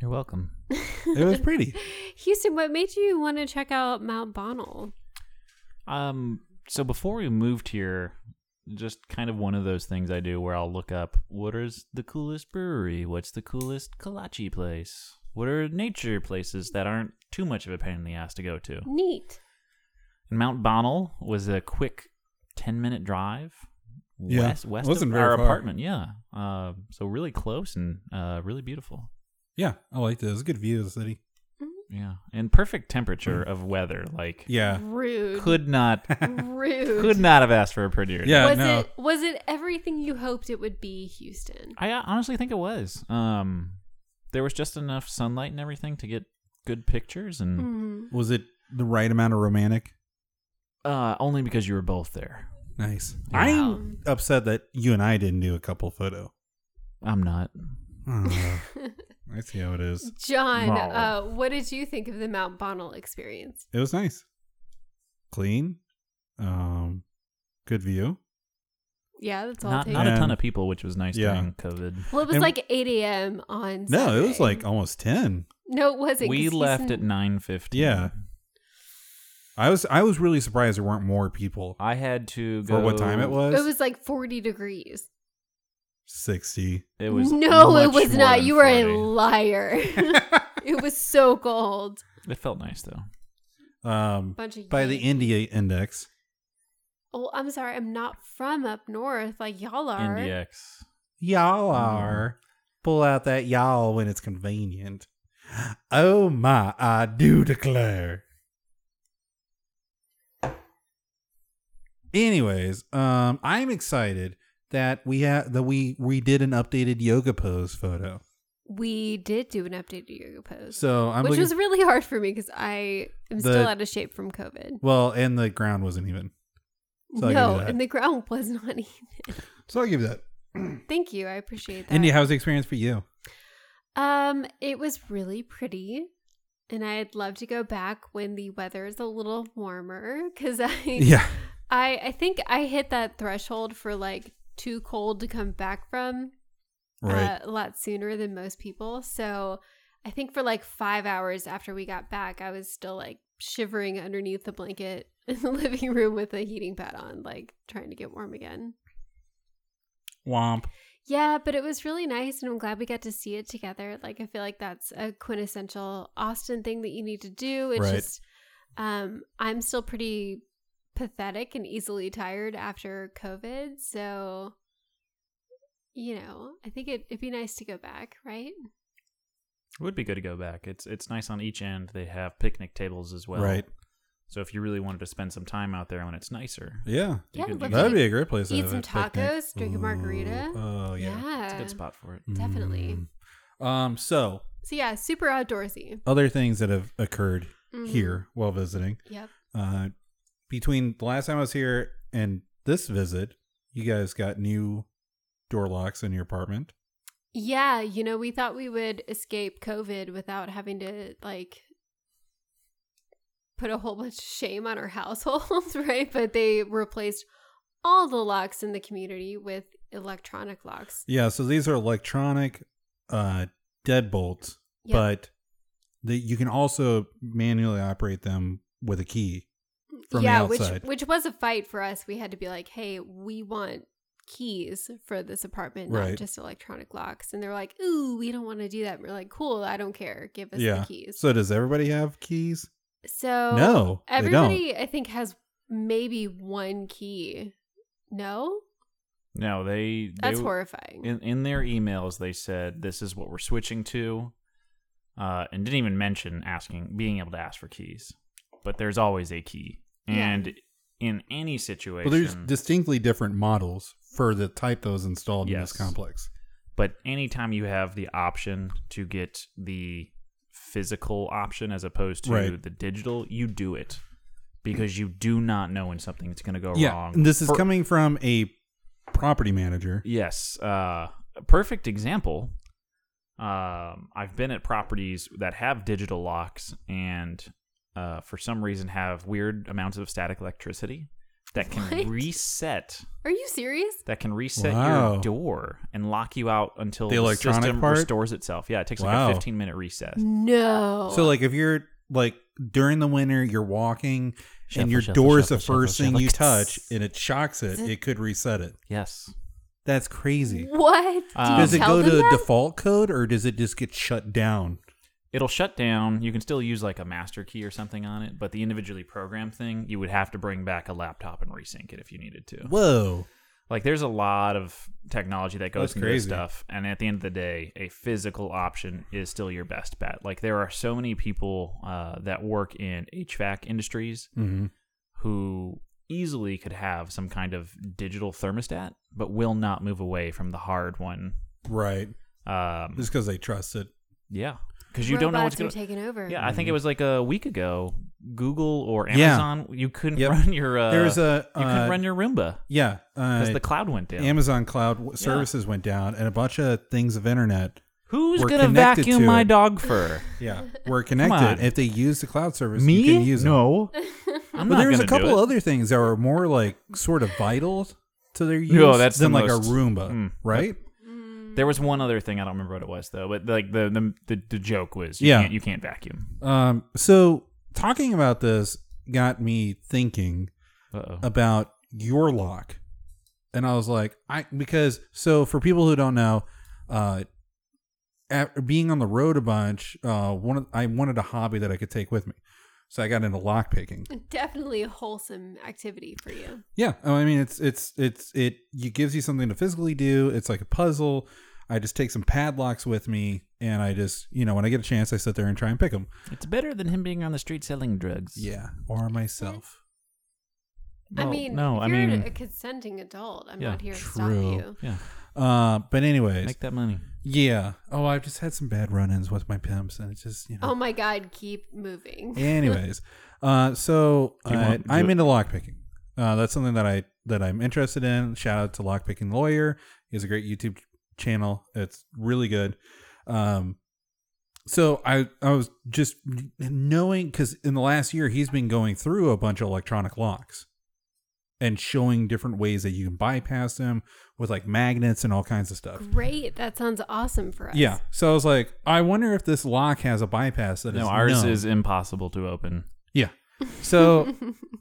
You're welcome. It was pretty. Houston, what made you want to check out Mount Bonnell? Um, so before we moved here, just kind of one of those things I do where I'll look up what is the coolest brewery, what's the coolest kolache place, what are nature places that aren't too much of a pain in the ass to go to. Neat. And Mount Bonnell was a quick ten minute drive. Yeah, west, west wasn't of very our far. apartment, yeah. Uh, so really close and uh, really beautiful. Yeah, I liked it. It was a good view of the city. Yeah, and perfect temperature of weather. Like, Hmm. Mm-hmm. Yeah. Rude. could not Rude. could not have asked for a prettier. day. Yeah, was no. it was it everything you hoped it would be, Houston? I uh, honestly think it was. Um, there was just enough sunlight and everything to get good pictures, and Mhm. Was it the right amount of romantic? uh, only because you were both there. Nice. Wow. I'm upset that you and I didn't do a couple photo. I'm not. Oh, I see how it is. John, No. uh, what did you think of the Mount Bonnell experience? it was nice clean um good view Yeah, that's all. Not, it not takes. a And- ton of people, which was nice Yeah. during COVID. well, it was and- like 8 a.m. on. no it was Saturday. like almost 10 No, it wasn't. We 'cause left Houston- at nine fifty. Yeah. i was i was really surprised there weren't more people I had to go for what time it was It was like 40 degrees. 60 It was no, it much was more not. than You are a 40. liar. it was so cold. It felt nice though. um Bunch of by the yank. india index Oh, I'm sorry. I'm not from up north like y'all are. NDX. y'all are pull out that y'all when it's convenient oh my i do declare anyways um i'm excited that we had that we we did an updated yoga pose photo We did do an update to yoga pose, so i'm which looking was really hard for me because I am still The- out of shape from COVID. well and the ground wasn't even So I'll give you no, that. and the ground was not even. so i'll give you that Thank you. I appreciate that. india how's the experience for you Um, it was really pretty. And I'd love to go back when the weather is a little warmer because I, yeah I, I think I hit that threshold for like too cold to come back from right uh, a lot sooner than most people. So I think for like five hours after we got back, I was still like shivering underneath the blanket in the living room with a heating pad on, like trying to get warm again. womp Yeah, but it was really nice, and I'm glad we got to see it together. Like, I feel like that's a quintessential Austin thing that you need to do. It's Right. just, um, I'm still pretty pathetic and easily tired after COVID. So, you know, I think it, it'd be nice to go back, right? It would be good to go back. It's it's nice on each end. They have picnic tables as well. right So if you really wanted to spend some time out there when it's nicer, yeah You Yeah, could do let's that'd like be a great place to eat have some a picnic. tacos, drink a margarita. Ooh, oh yeah. it's a good spot for it. Definitely. Mm. Um, so So, yeah, super outdoorsy. other things that have occurred Mhm. here while visiting. Yep. Uh, between the last time I was here and this visit, you guys got new door locks in your apartment. Yeah, you know, we thought we would escape COVID without having to like put a whole bunch of shame on our households, right? But they replaced all the locks in the community with electronic locks. Yeah, so these are electronic uh deadbolts, Yeah. but that you can also manually operate them with a key. from the yeah, outside. which which was a fight for us. We had to be like, "Hey, we want keys for this apartment, not Right. just electronic locks." And they're like, "Ooh, we don't want to do that." And we're like, "Cool, I don't care. Give us yeah. the keys." So does everybody have keys? So no, they don't. Oh, Everybody, I think, has maybe one key. No, No, they, they that's w- horrifying. In in their emails, they said this is what we're switching to. uh, and didn't even mention asking being able to ask for keys. But there's always a key, Yeah. and in any situation, Well, there's distinctly different models for the type that was installed in this Yes. complex. but anytime you have the option to get the physical option as opposed to Right. the digital, you do it because you do not know when something's going to go yeah, wrong. and this is For- coming from a property manager. Yes, uh, a perfect example. Um, I've been at properties that have digital locks and uh, for some reason have weird amounts of static electricity that can What? reset Are you serious? that can reset Wow. your door and lock you out until The the, electronic system part? restores itself. Yeah, it takes Wow. like a 15 minute reset. Mm. No. Oh. So, like, if you're like during the winter, you're walking Shuffle, and your shuffle, door is shuffle, the first shuffle, thing you shuffle. touch and it shocks it, it could reset it. Yes. That's crazy. what? Do Um, you Does it tell go them to that? default code or does it just get shut down? It'll shut down. You can still use like a master key or something on it, but the individually programmed thing, you would have to bring back a laptop and resync it if you needed to. Whoa. Like there's a lot of technology that goes That's into this crazy. stuff, and at the end of the day, a physical option is still your best bet. Like there are so many people uh, that work in HVAC industries Mm-hmm. who easily could have some kind of digital thermostat, but will not move away from the hard one. Right. Um, Just because they trust it. yeah, because you don't know what's Robots going are to. taking over. Yeah, I think it was like a week ago. Google or Mm-hmm. Yeah. Amazon, you couldn't Yep. run your. Uh, There's a. you uh, couldn't run your Roomba yeah. Uh, because the cloud went down. Amazon Cloud w- services went down and a bunch of things of internet. Who's were gonna connected vacuum to my it. dog fur? Yeah, were on. connected. If they use the cloud service, Me? you can use it. no. I'm but not there's gonna a couple do it. other things that were more like sort of vital to their use No, Oh, that's the than like most- a Roomba, Mm. right? There was one other thing I don't remember what it was though, but like the the the, the joke was you Yeah. can't, you can't vacuum. Um, so talking about this got me thinking Uh oh. about your lock, and I was like, I because so for people who don't know, uh, after being on the road a bunch, uh, one of, I wanted a hobby that I could take with me, so I got into lock picking. Definitely a wholesome activity for you. Yeah, oh, I mean it's it's it's it you gives you something to physically do. It's like a puzzle. I just take some padlocks with me, and I just you know when I get a chance, I sit there and try and pick them. It's better than him being on the street selling drugs. Yeah, or myself. I No, mean, no, if I you're mean- a consenting adult. I'm Yeah, not here to true. stop you. Yeah. Uh, but anyways, Make that money. yeah. Oh, I've just had some bad run-ins with my pimps, and it's just you know. Oh my God, keep moving. Anyways, uh, so Keep uh, on- I'm do it. into lockpicking. Uh, that's something that I that I'm interested in. Shout out to Lockpicking Lawyer. He has a great YouTube channel. It's really good. Um, so I I was just knowing because in the last year he's been going through a bunch of electronic locks and showing different ways that you can bypass them with like magnets and all kinds of stuff. Great. That sounds awesome for us. Yeah. So I was like, I wonder if this lock has a bypass that is No, ours known. is impossible to open. Yeah. So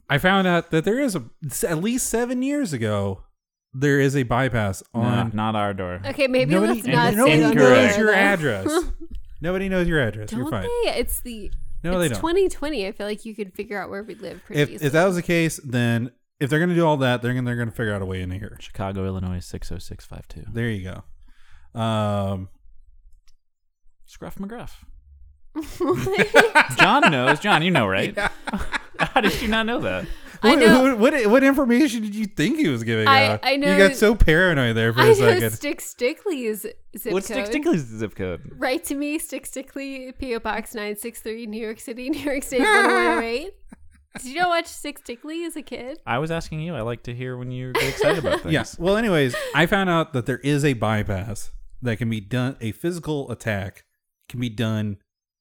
I found out that there is a at least seven years ago there is a bypass Nah, on not our door. Okay, maybe nobody, let's not nobody say on knows that the there, air, your though. address. nobody knows your address. You're Don't fine. they? It's the No, it's they don't. 2020. I feel like you could figure out where we live pretty If easily. if that was the case, then if they're gonna do all that, they're gonna they're gonna figure out a way into here. Chicago, Illinois, six zero six five two. There you go. Um, Scruff McGruff. What? John knows. John, you know, right? How did you not know that? I what, know- who- what what information did you think he was giving I- out? I know- you got so paranoid there for a I know second. Stick Stickley's zip What's code. Dick Stickley's zip code? Write to me, Stick Stickley, PO Box 963, New York City, New York State 108. Did you not watch Stick Stickley as a kid? I was asking you. I like to hear when you get excited about things. Yes. Well, anyways, I found out that there is a bypass that can be done. A physical attack can be done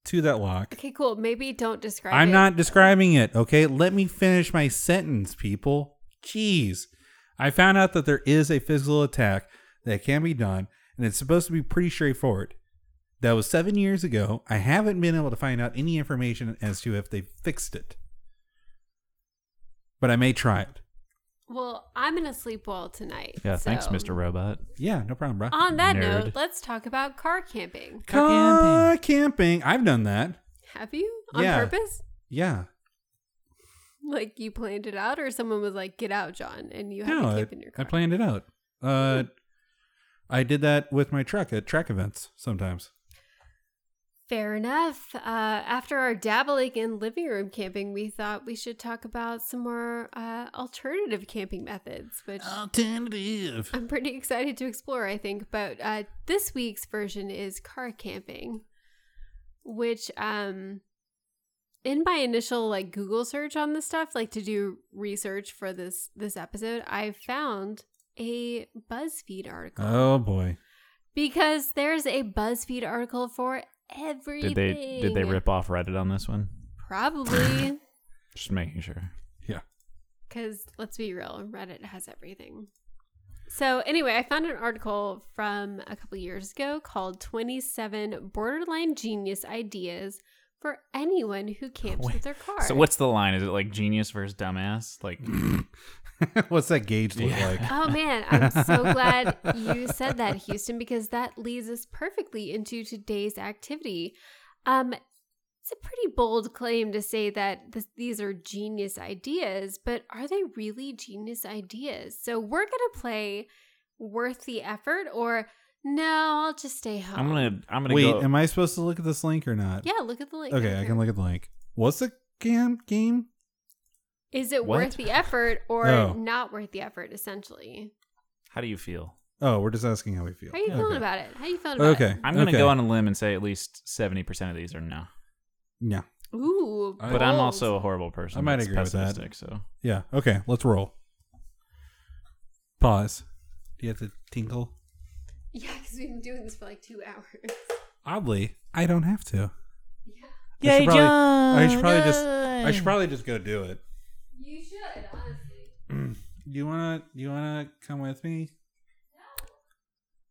to that lock. Okay, cool. Maybe don't describe I'm it. not describing it. Okay, let me finish my sentence, people. Jeez, I found out that there is a physical attack that can be done, and it's supposed to be pretty straightforward. That was seven years ago. I haven't been able to find out any information as to if they fixed it, but I may try it. Well, I'm going to sleep well tonight. Yeah. Thanks, so- Mr. Robot. Yeah, no problem, bro. On that Nerd. note, let's talk about car camping. Car camping. I've done that. Have you? On Yeah. purpose? Yeah. Like you planned it out, or someone was like, get out, John, and you had no, to I, camp in your car? I planned it out. Uh, I did that with my truck at track events sometimes. Fair enough. Uh, after our dabbling in living room camping, we thought we should talk about some more uh, alternative camping methods, which Oh. Alternative. I'm pretty excited to explore, I think. But uh, this week's version is car camping, which um, in my initial like Google search on this stuff, like to do research for this this episode, I found a BuzzFeed article Oh boy. because there's a BuzzFeed article for everything. Did they did they rip off Reddit on this one? Probably. Just making sure. Yeah. Because let's be real, Reddit has everything. So, anyway, I found an article from a couple years ago called 27 Borderline Genius Ideas for Anyone Who Camps Wait, with Their Car. So what's the line? Is it like genius versus dumbass? Like What's that gauge look like? Oh man, I'm so glad you said that, Houston, because that leads us perfectly into today's activity. Um, it's a pretty bold claim to say that this, these are genius ideas, but are they really genius ideas? So we're gonna play worth the effort, or no? I'll just stay home. I'm gonna I'm gonna Wait, go. am I supposed to look at this link or not? Yeah, look at the link. Okay, I can look at the link. What's the game? Game? Is it What? worth the effort or Oh. not worth the effort? Essentially, how do you feel? Oh, we're just asking how we feel. how are you okay. feeling about it? How are you feeling about Okay. I'm gonna okay. go on a limb and say at least seventy percent of these are no. Yeah. it? Ooh, I- But I'm bold. also a horrible person. I might that's agree with that. pessimistic, So Yeah. Okay. Let's roll. Pause. Do you have to tinkle? Yeah, because we've been doing this for like two hours. Oddly, I don't have to. Yeah. I should probably, I should probably just. I should probably just go do it. You should, honestly. You wanna? You wanna come with me?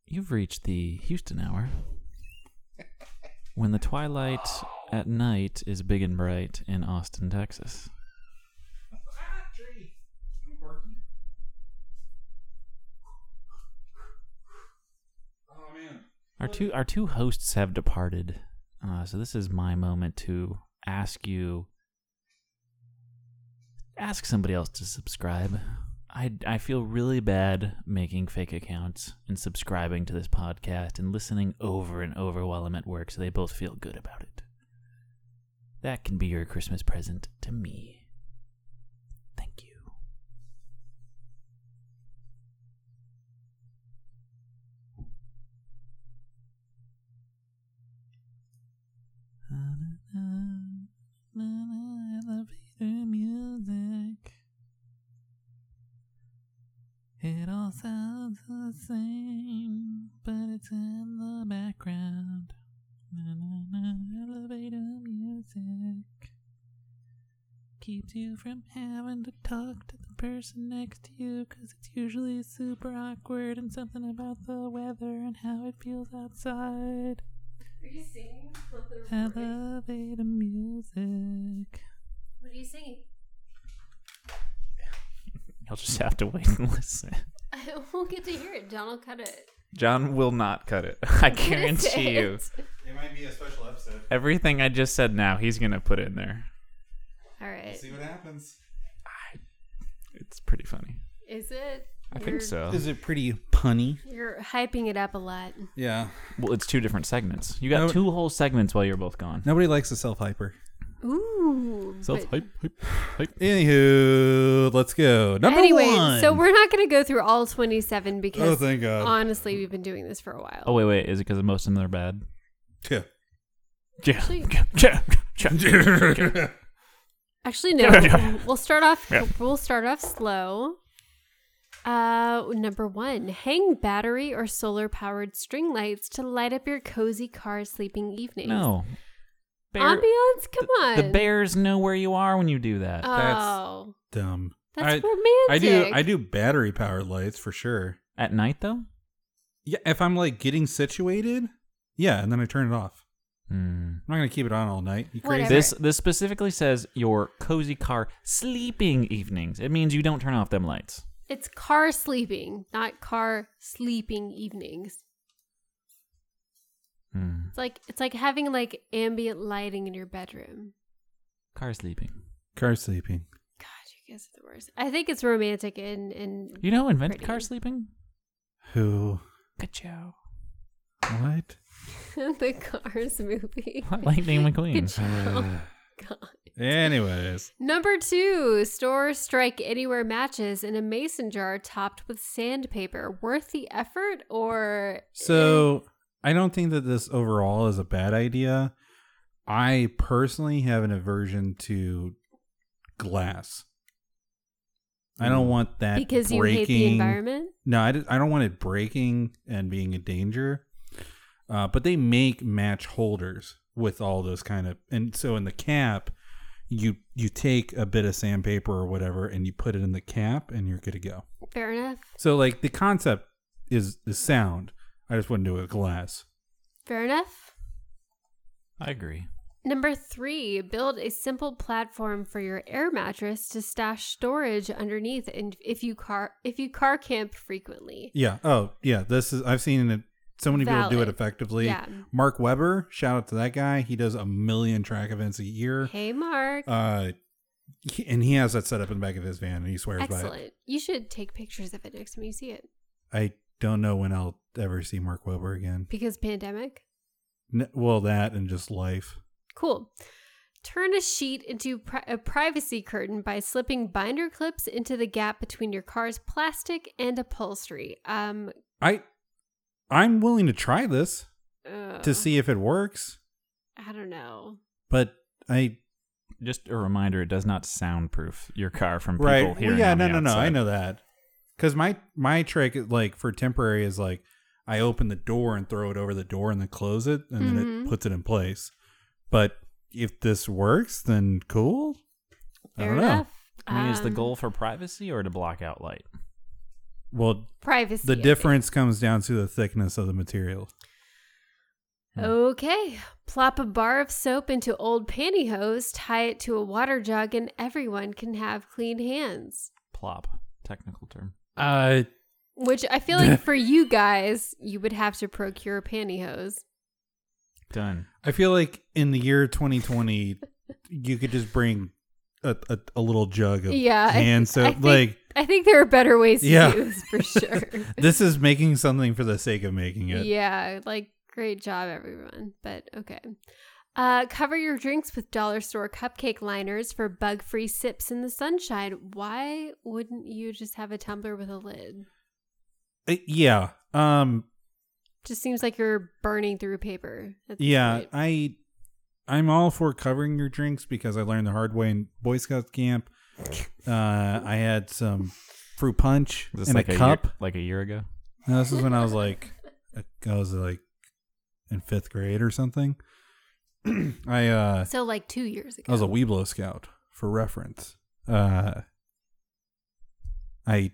You've reached the Houston hour. When the twilight at night is big and bright in Austin, Texas. Oh man. Our two our two hosts have departed, uh, so this is my moment to ask you, ask somebody else to subscribe. I I feel really bad making fake accounts and subscribing to this podcast and listening over and over while I'm at work, so they both feel good about it. That can be your Christmas present to me. Thank you. Elevator music. It all sounds the same, but it's in the background. Na, na, na, Elevator music keeps you from having to talk to the person next to you because it's usually super awkward and something about the weather and how it feels outside. Are you singing? Elevator music. What are you singing? You'll just have to wait and listen. I won't get to hear it. John will cut it. John will not cut it. I What is guarantee you. it? It might be a special episode. Everything I just said now, he's going to put in there. All right. what happens. It's pretty funny. Is it? I think so. Is it pretty punny? You're hyping it up a lot. Yeah. Well, it's two different segments. You got No- two whole segments while you're both gone. Nobody likes a self hyper. Ooh. Self but- hype, hype, hype. Anywho, let's go. Number Anyway, one. so we're not going to go through all 27 because Oh, thank God. honestly, we've been doing this for a while. Oh, wait, wait. Is it because most of them are bad? Yeah. Yeah. Actually- yeah. yeah, yeah. Actually, no. we'll start off. We'll start off slow. Uh, number one: hang battery or solar-powered string lights to light up your cozy car sleeping evenings. No. ambiance. Come on. the bears know where you are when you do that. Oh, Dumb. that's, I- romantic. I do. I do battery powered lights for sure. At night, though? Yeah, if I'm like getting situated, yeah, and then I turn it off. Hmm. I'm not gonna keep it on all night. You Whatever. crazy? This this specifically says your cozy car sleeping evenings. It means you don't turn off them lights. It's car sleeping, not car sleeping evenings. Hmm. Hmm. It's like it's like having like ambient lighting in your bedroom. Car sleeping. Car sleeping. God, you guys are the worst. I think it's romantic and and You know, who invented Pretty. car sleeping. Who? Ka-chow. What? the Cars movie. Lightning McQueen. Oh, God. Anyways, Number two, store strike anywhere matches in a mason jar topped with sandpaper. Worth the effort or so I don't think that this overall is a bad idea. I personally have an aversion to glass. I don't want that because you hate the breaking- environment? No, I, d- I don't want it breaking and being a danger. Uh, but they make match holders with all those kind of, and so in the cap, you you take a bit of sandpaper or whatever, and you put it in the cap, and you're good to go. Fair enough. So like the concept is is sound. I just wouldn't do it with glass. Fair enough. I agree. Number three, build a simple platform for your air mattress to stash storage underneath, and if you car if you car camp frequently, Yeah. Oh yeah. This is I've seen it. So many people do Valid. it effectively. Yeah. Mark Weber, shout out to that guy. He does a million track events a year. hey Mark, Uh, he- and he has that set up in the back of his van, and he swears by it. excellent. You should take pictures of it next time you see it I don't know when I'll ever see Mark Weber again. because pandemic. N- well, that and just life. Cool. Turn a sheet into pri- a privacy curtain by slipping binder clips into the gap between your car's plastic and upholstery. Um, I, I'm willing to try this uh, to see if it works, I don't know. but I Just a reminder: it does not soundproof your car from people right. hearing. Well, yeah, on no, the no, no. I outside. know that because my my trick is like for temporary is like I open the door and throw it over the door and then close it and then Mhm. it puts it in place. But if this works, then cool. I Fair don't know. enough. I mean, is the Um, goal for privacy or to block out light? Well, privacy? I the think. difference comes down to the thickness of the material. Okay. Plop a bar of soap into old pantyhose, tie it to a water jug, and everyone can have clean hands. Plop, technical term. Uh, Which I feel like for you guys, you would have to procure pantyhose. Done. I feel like in the year 2020, you could just bring a, a, a little jug of Yeah. I- hand soap. I think- like I think there are better ways to Yeah. do this for sure. this is making something for the sake of making it. yeah. Like, great job, everyone. But okay. Uh, cover your drinks with dollar store cupcake liners for bug free sips in the sunshine. Why wouldn't you just have a tumbler with a lid? Uh, yeah. Um. Just seems like you're burning through paper. at this Yeah. point. I. I'm all for covering your drinks because I learned the hard way in Boy Scout camp. Uh, I had some fruit punch Is this in like a cup. year, like a year ago? No, this is when I was like, I was like in fifth grade or something. I uh, So like two years ago. I was a Weeblo scout for reference. Uh, I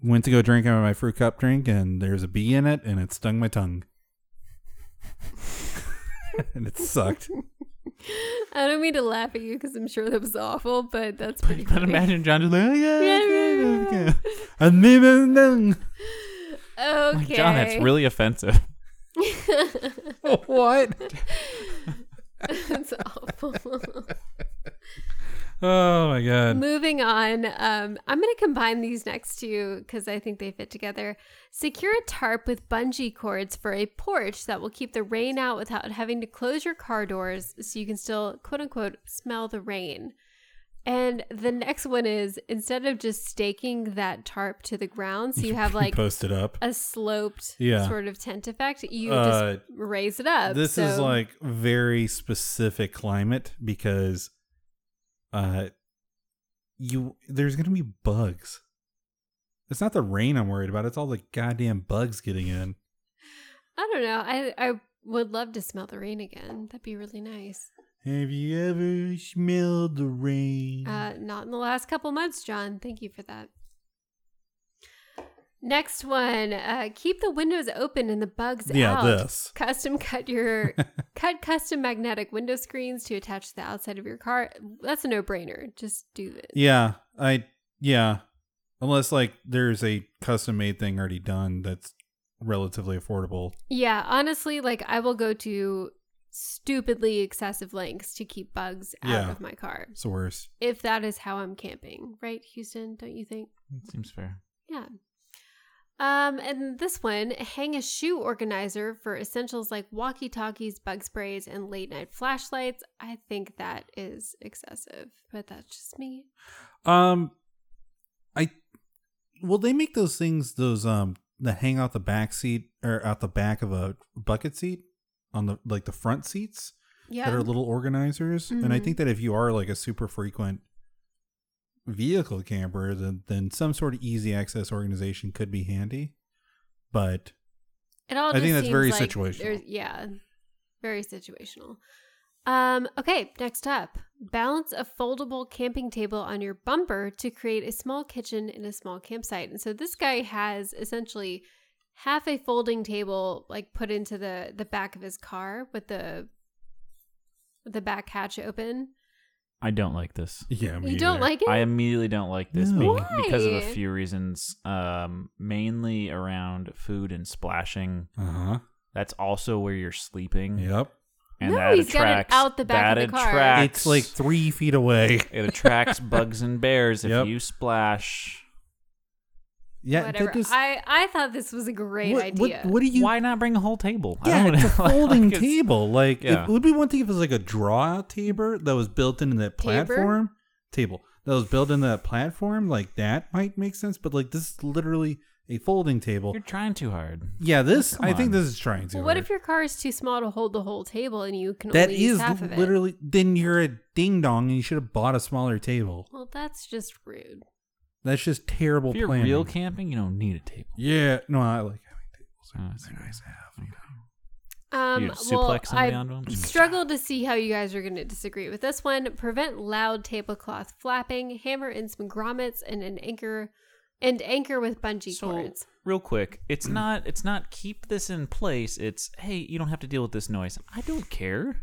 went to go drink out of my fruit cup drink, and there's a bee in it, and it stung my tongue, and it sucked. I don't mean to laugh at you because I'm sure that was awful, but that's pretty But funny. imagine John just like, "Oh, yeah, Yeah, okay, yeah, okay." And then- then- Oh Okay. Like, John, that's really offensive. what? that's awful. Oh my god! Moving on, um, I'm going to combine these next two because I think they fit together. Secure a tarp with bungee cords for a porch that will keep the rain out without having to close your car doors so you can still, quote unquote, smell the rain. And the next one is instead of just staking that tarp to the ground, so you have like post it up. a sloped Yeah. sort of tent effect, you Uh, just raise it up. This is So- like very specific climate because uh you there's going to be bugs. It's not the rain I'm worried about, it's all the goddamn bugs getting in. I don't know. I, I would love to smell the rain again. That'd be really nice. Have you ever smelled the rain? Uh, not in the last couple months, John. Thank you for that. Next one, uh, keep the windows open and the bugs yeah, out. this. Custom cut your cut custom magnetic window screens to attach to the outside of your car. That's a no brainer. Just do it. Yeah, I yeah. Unless like there's a custom made thing already done that's relatively affordable. Yeah, honestly, like I will go to stupidly excessive lengths to keep bugs out Yeah. of my car It's the worst. if that is how I'm camping, right, Houston? Don't you think? Seems fair. Yeah. Um, and this one, hang a shoe organizer for essentials like walkie talkies, bug sprays, and late night flashlights. I think that is excessive, but that's just me. Um, I will they make those things those um that hang out the back seat or out the back of a bucket seat on the like the front seats that Yeah. are little organizers, and I Mhm. think that if you are like a super frequent vehicle camper, then then some sort of easy access organization could be handy, but. It all I just think that's seems very like situational. there's- Yeah. Very situational. Um, okay, next up. Balance a foldable camping table on your bumper to create a small kitchen in a small campsite. And so this guy has essentially half a folding table like put into the the back of his car with the with the back hatch open. I don't like this. Yeah, me you don't either. like it? I immediately don't like this No. bec- because of a Why? few reasons, um, mainly around food and splashing. Uh huh. That's also where you're sleeping, Yep. and No, that he's got it attracts out the back that of the car. attracts- It's like three feet away. it attracts bugs and bears if Yep. you splash. Yeah. Whatever. That just, I I thought this was a great what, what- idea. What, do you? Why not bring a whole table? I yeah, don't it's a know. Like, folding it's- table. Like Yeah. it would be one thing if it was like a draw-out table that was built into that Tabor? platform table that was built into that platform. Like that might make sense, but like this is literally a folding table. You're trying too hard. yeah, this Come I think on. this is trying to. Well, what if your car is too small to hold the whole table and you can that only use is half of it? literally then you're a ding dong and you should have bought a smaller table. Well, that's just rude. That's just terrible If you're planning. real camping, you don't need a table. yeah, no, I like having tables. Oh, I see. They're nice to have. you know. Um, You'd well, suplex somebody onto I 'em? Mm. struggled to see how you guys are going to disagree with this one. Prevent loud tablecloth flapping, hammer in some grommets, and an anchor, and anchor with bungee cords. real quick, it's not it's not keep this in place. It's hey, you don't have to deal with this noise. I don't care.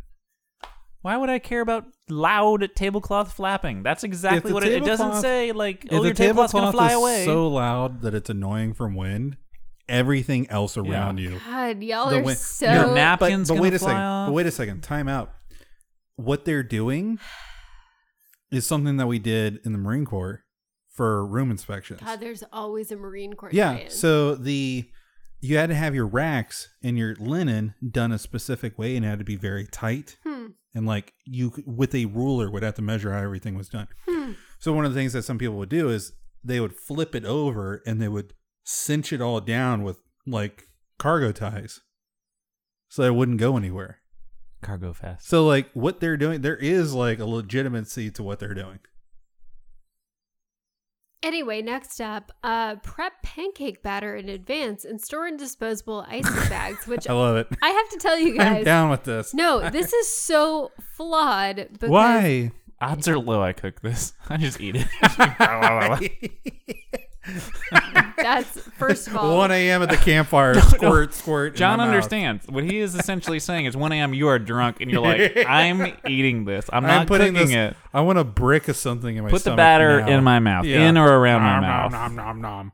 Why would I care about loud tablecloth flapping? That's exactly the what it, it doesn't tablecloth- say. Like, if oh, the your tablecloth's gonna tablecloth fly is away. so loud that it's annoying from wind, everything else around you. God, y'all the are wind- so. Your nap- napkin's but, but wait gonna a fly second. off. But wait a second. Time out. What they're doing is something that we did in the Marine Corps for room inspections. God, there's always a Marine Corps. yeah. giant. So the you had to have your racks and your linen done a specific way and it had to be very tight Hmm. and like you c- with a ruler would have to measure how everything was done. Hmm. So one of the things that some people would do is they would flip it over and they would cinch it all down with like cargo ties, so that it wouldn't go anywhere. Cargo fast. So like what they're doing, there is like a legitimacy to what they're doing. Anyway, next up, uh, prep pancake batter in advance and store in disposable ice bags, which I love it. I have to tell you Oh. I'm guys. down with this. No, this is so flawed. Because Why? Odds are low. I cook this. I just eat it. That's first of all. 1 a.m. at the campfire. squirt, squirt. in John my mouth. understands what he is essentially saying is 1 a.m. You are drunk and you're like, I'm eating this. I'm not I'm putting cooking this, it. I want a brick of something in my Put the stomach batter now. in my mouth, Yeah. in or around my Nom, mouth. Nom, nom, nom, nom.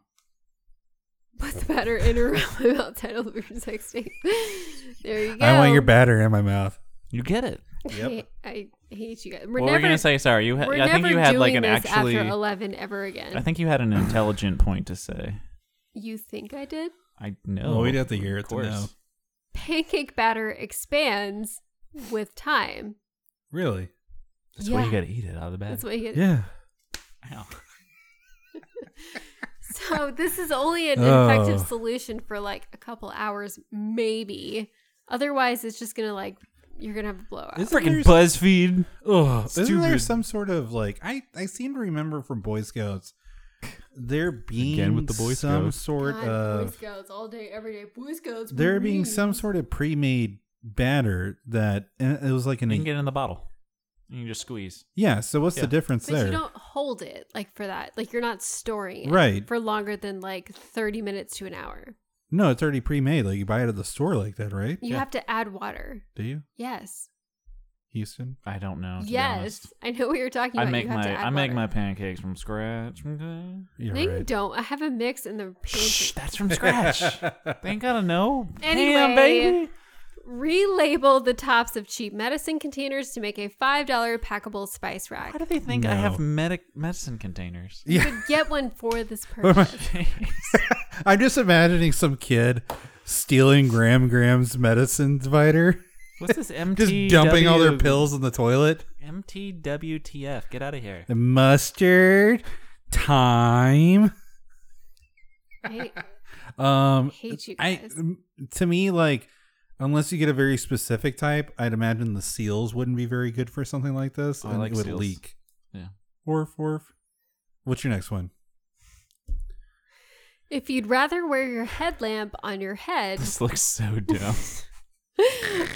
Put the batter in or around my mouth title of your sex tape. There you go. I want your batter in my mouth. You get it. Yep. I, I hate you guys. We're What never, were you gonna say? Sorry, you. Ha- we're I think never you had doing like an this actually. after eleven ever again. I think you had an intelligent point to say. you think I did? I know. Well, we'd have to hear it Of to know. course. Pancake batter expands with time. Really? That's yeah, why you gotta eat it out of the bag. that's what you get. Yeah. Ow. So this is only an Oh. effective solution for like a couple hours, maybe. Otherwise, it's just gonna like you're gonna have a blowout. Is- Freaking There's- BuzzFeed. Oh, isn't there Stupid. some sort of like I I seem to remember from Boy Scouts there being with the Boy some Scouts. sort God, Boy of Scouts all day, every day. Boy Scouts. there being woo-wee. some sort of pre-made batter that and it was like an You can get it in the bottle. You can just squeeze. yeah. So what's Yeah. the difference But there? you don't hold it like for that. Like you're not storing it Right. for longer than like 30 minutes to an hour. no, it's already pre-made. Like you buy it at the store like that, right? You Yeah. have to add water. Do you, Yes. Houston? I don't know. to be yes. honest. I know what you're talking I about. make you have my to add I make my water. pancakes from scratch. Mm, uh, Okay. You're No, you right. don't. I have a mix in the pantry. Shh, that's from scratch. they ain't gotta know. Damn, Anyway. baby. relabeled the tops of cheap medicine containers to make a $5 packable spice rack. Why do they think I have No. medic medicine containers? You Yeah. could get one for this am I- purpose. I'm just imagining some kid stealing Graham Graham's medicine divider, What's this MTW? just dumping all their pills in the toilet. MTWTF. Get out of here. The mustard, thyme. I Um, hate you I guys. m- to me like unless you get a very specific type, I'd imagine the seals wouldn't be very good for something like this. Oh, I and like it would seals. leak. Yeah. Worf, worf. What's your next one? If you'd rather wear your headlamp on your head This looks so dumb.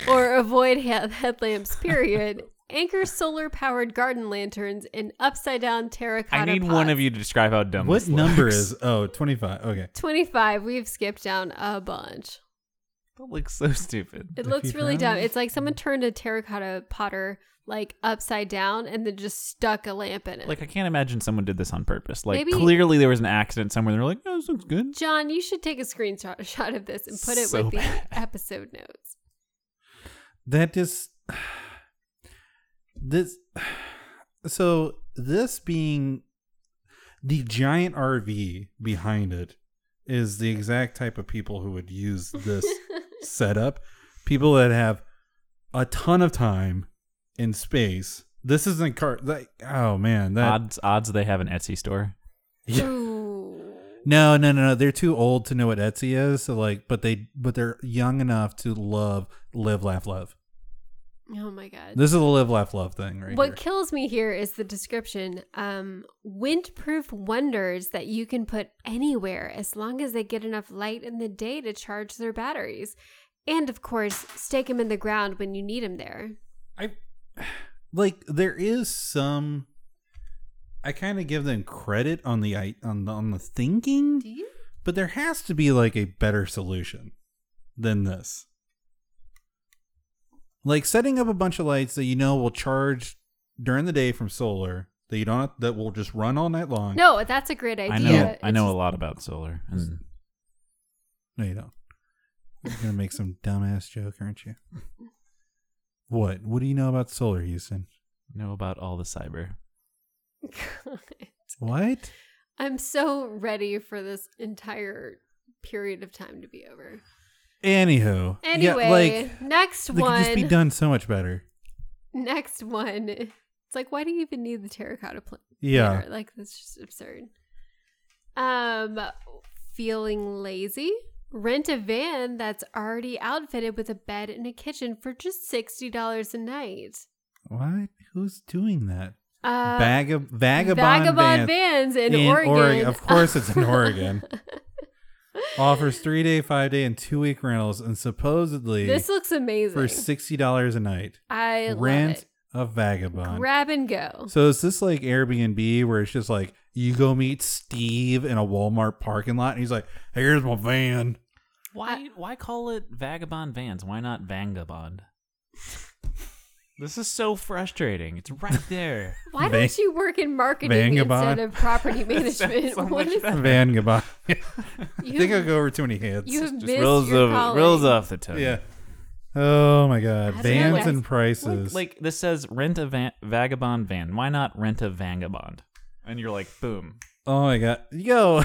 or avoid he- headlamps, period, anchor solar powered garden lanterns in upside down terracotta. I need one pots. of you to describe how dumb what this number looks. is oh 25 okay 25. We've skipped down a bunch. That looks so stupid. It If looks you'd really dumb. rather- It's like someone turned a terracotta potter like upside down and then just stuck a lamp in it. Like I can't imagine someone did this on purpose. Like Maybe- clearly there was an accident somewhere. They're like, "Oh, this looks good." John, you should take a screenshot shot of this and put it So with bad. the episode notes. that just this so this being the giant rv behind it is the exact type of people who would use this setup people that have a ton of time in space this isn't car like oh man that odds odds they have an Etsy store. Yeah. Ooh. No, no, no, no. They're too old to know what Etsy is. So like, but they, but they're young enough to love, live, laugh, love. Oh my god. This is the live, laugh, love thing, right? what here. kills me here is the description. Um, windproof wonders that you can put anywhere as long as they get enough light in the day to charge their batteries. And of course, stake them in the ground when you need them there. I like there is some. I kind of give them credit on the i- on the, on the Do thinking, you? but there has to be like a better solution than this. Like setting up a bunch of lights that you know will charge during the day from solar that you don't that will just run all night long. No, that's a great idea. I know Yeah. I It's know just- a lot about solar. And No, you don't. You're gonna make some dumbass joke, aren't you? What? What do you know about solar, Houston? know about all the cyber. What? I'm so ready for this entire period of time to be over. Anywho. yeah, Anyway, like next they could just be one. done so much better. Next one. It's like, why do you even need the terracotta plant? Yeah. Later? Like that's just absurd. Um feeling lazy? Rent a van that's already outfitted with a bed and a kitchen for just sixty dollars a night. What? Who's doing that? Uh, Bag of vagabond, van vagabond vans in, in Oregon. Of course, it's in Oregon. Offers three day, five day, and two week rentals, and supposedly this looks amazing. for sixty dollars a night. I Rent a vagabond. love it. Grab and go. So is this like Airbnb where it's just like you go meet Steve in a Walmart parking lot and he's like, hey, "Here's my van." Why why call it vagabond vans? Why not vagabond? this is so frustrating. It's right there. Why Van- don't you work in marketing Vagabond. instead of property management? so What much is- better. Van goodbye. I you think I have, go over too many heads. you have missed Just rolls your off, calling. rolls off the tongue. yeah. Oh my God, That's vans nice. and Look, prices. like this says rent a van- vagabond van. Why not rent a vagabond? And you're like, boom. oh my God, yo,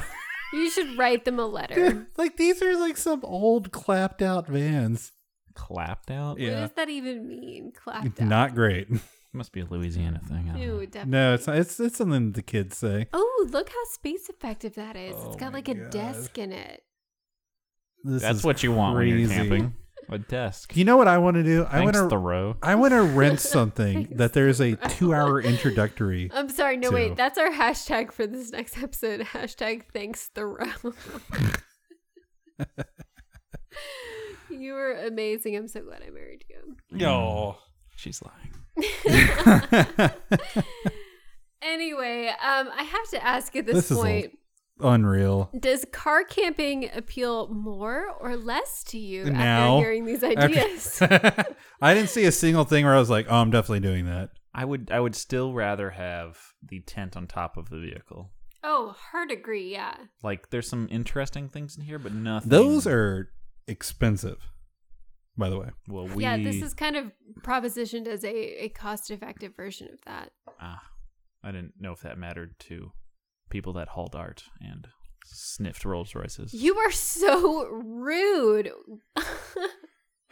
You should write them a letter. dude, like these are like some old clapped out vans. Clapped out? Yeah. What does that even mean? Clapped It's out. not great. Must be a Louisiana thing. I don't know. Ew, definitely. No, it's not, it's it's something the kids say. Oh, look how space effective that is. Oh it's got my like a God. desk in it. This That's is what you want when crazy. you're camping. A desk. You know what I want to do? I want Thanks, to Thoreau. I want to rent something that there's a two hour introductory. I'm sorry. No, Two. wait. That's our hashtag for this next episode. Hashtag thanks Thoreau. you were amazing. I'm so glad I married you. Yo. She's lying. Anyway, um, I have to ask at this, This is a- point. Unreal. Does car camping appeal more or less to you Now? after hearing these After- ideas? I didn't see a single thing where I was like, oh, I'm definitely doing that. I would I would still rather have the tent on top of the vehicle. oh, hard agree, yeah. Like there's some interesting things in here, but nothing. Those are expensive. by the way. Well, we yeah, this is kind of propositioned as a, a cost effective version of that. ah, I didn't know if that mattered to people that hauled art and sniffed Rolls Royces. You are so rude.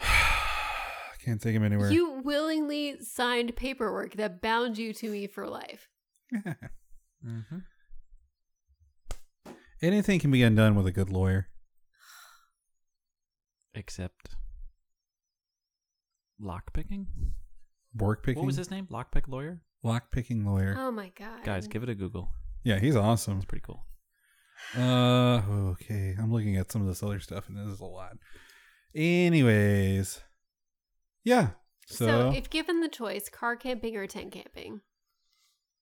I can't take him anywhere. you willingly signed paperwork that bound you to me for life. Mm-hmm. Anything can be undone with a good lawyer. Except lockpicking. Work picking. What was his name? Lockpick lawyer. Lock picking lawyer. Oh my god. Guys, give it a Google. yeah, he's awesome. It's pretty cool. Uh, okay. I'm looking at some of this other stuff, and this is a lot. Anyways, yeah. So, so if given the choice, car camping or tent camping.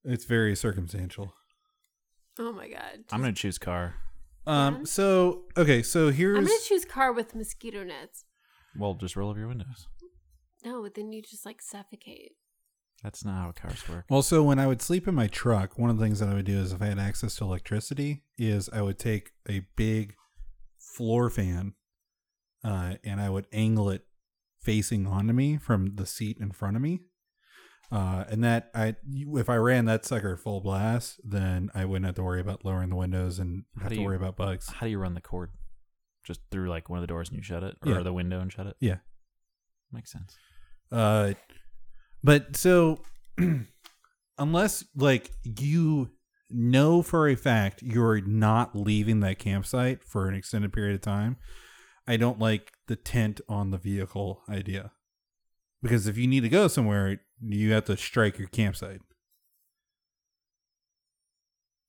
it's very circumstantial. Oh my god. I'm gonna choose car. Um. So okay. So here's I'm gonna choose car with mosquito nets. Well, just roll up your windows. No, then you just like suffocate. That's not how cars work. Also, when I would sleep in my truck, one of the things that I would do is if I had access to electricity, is I would take a big floor fan, uh, and I would angle it facing onto me from the seat in front of me. Uh, and that I, you- if I ran that sucker full blast, then I wouldn't have to worry about lowering the windows and How have do to worry you- about bugs. How do you run the cord? Just through like one of the doors and you shut it, or Yeah. the window and shut it. Yeah. Makes sense. Uh, but so unless like you know for a fact you're not leaving that campsite for an extended period of time, I don't like the tent on the vehicle idea. Because if you need to go somewhere, you have to strike your campsite.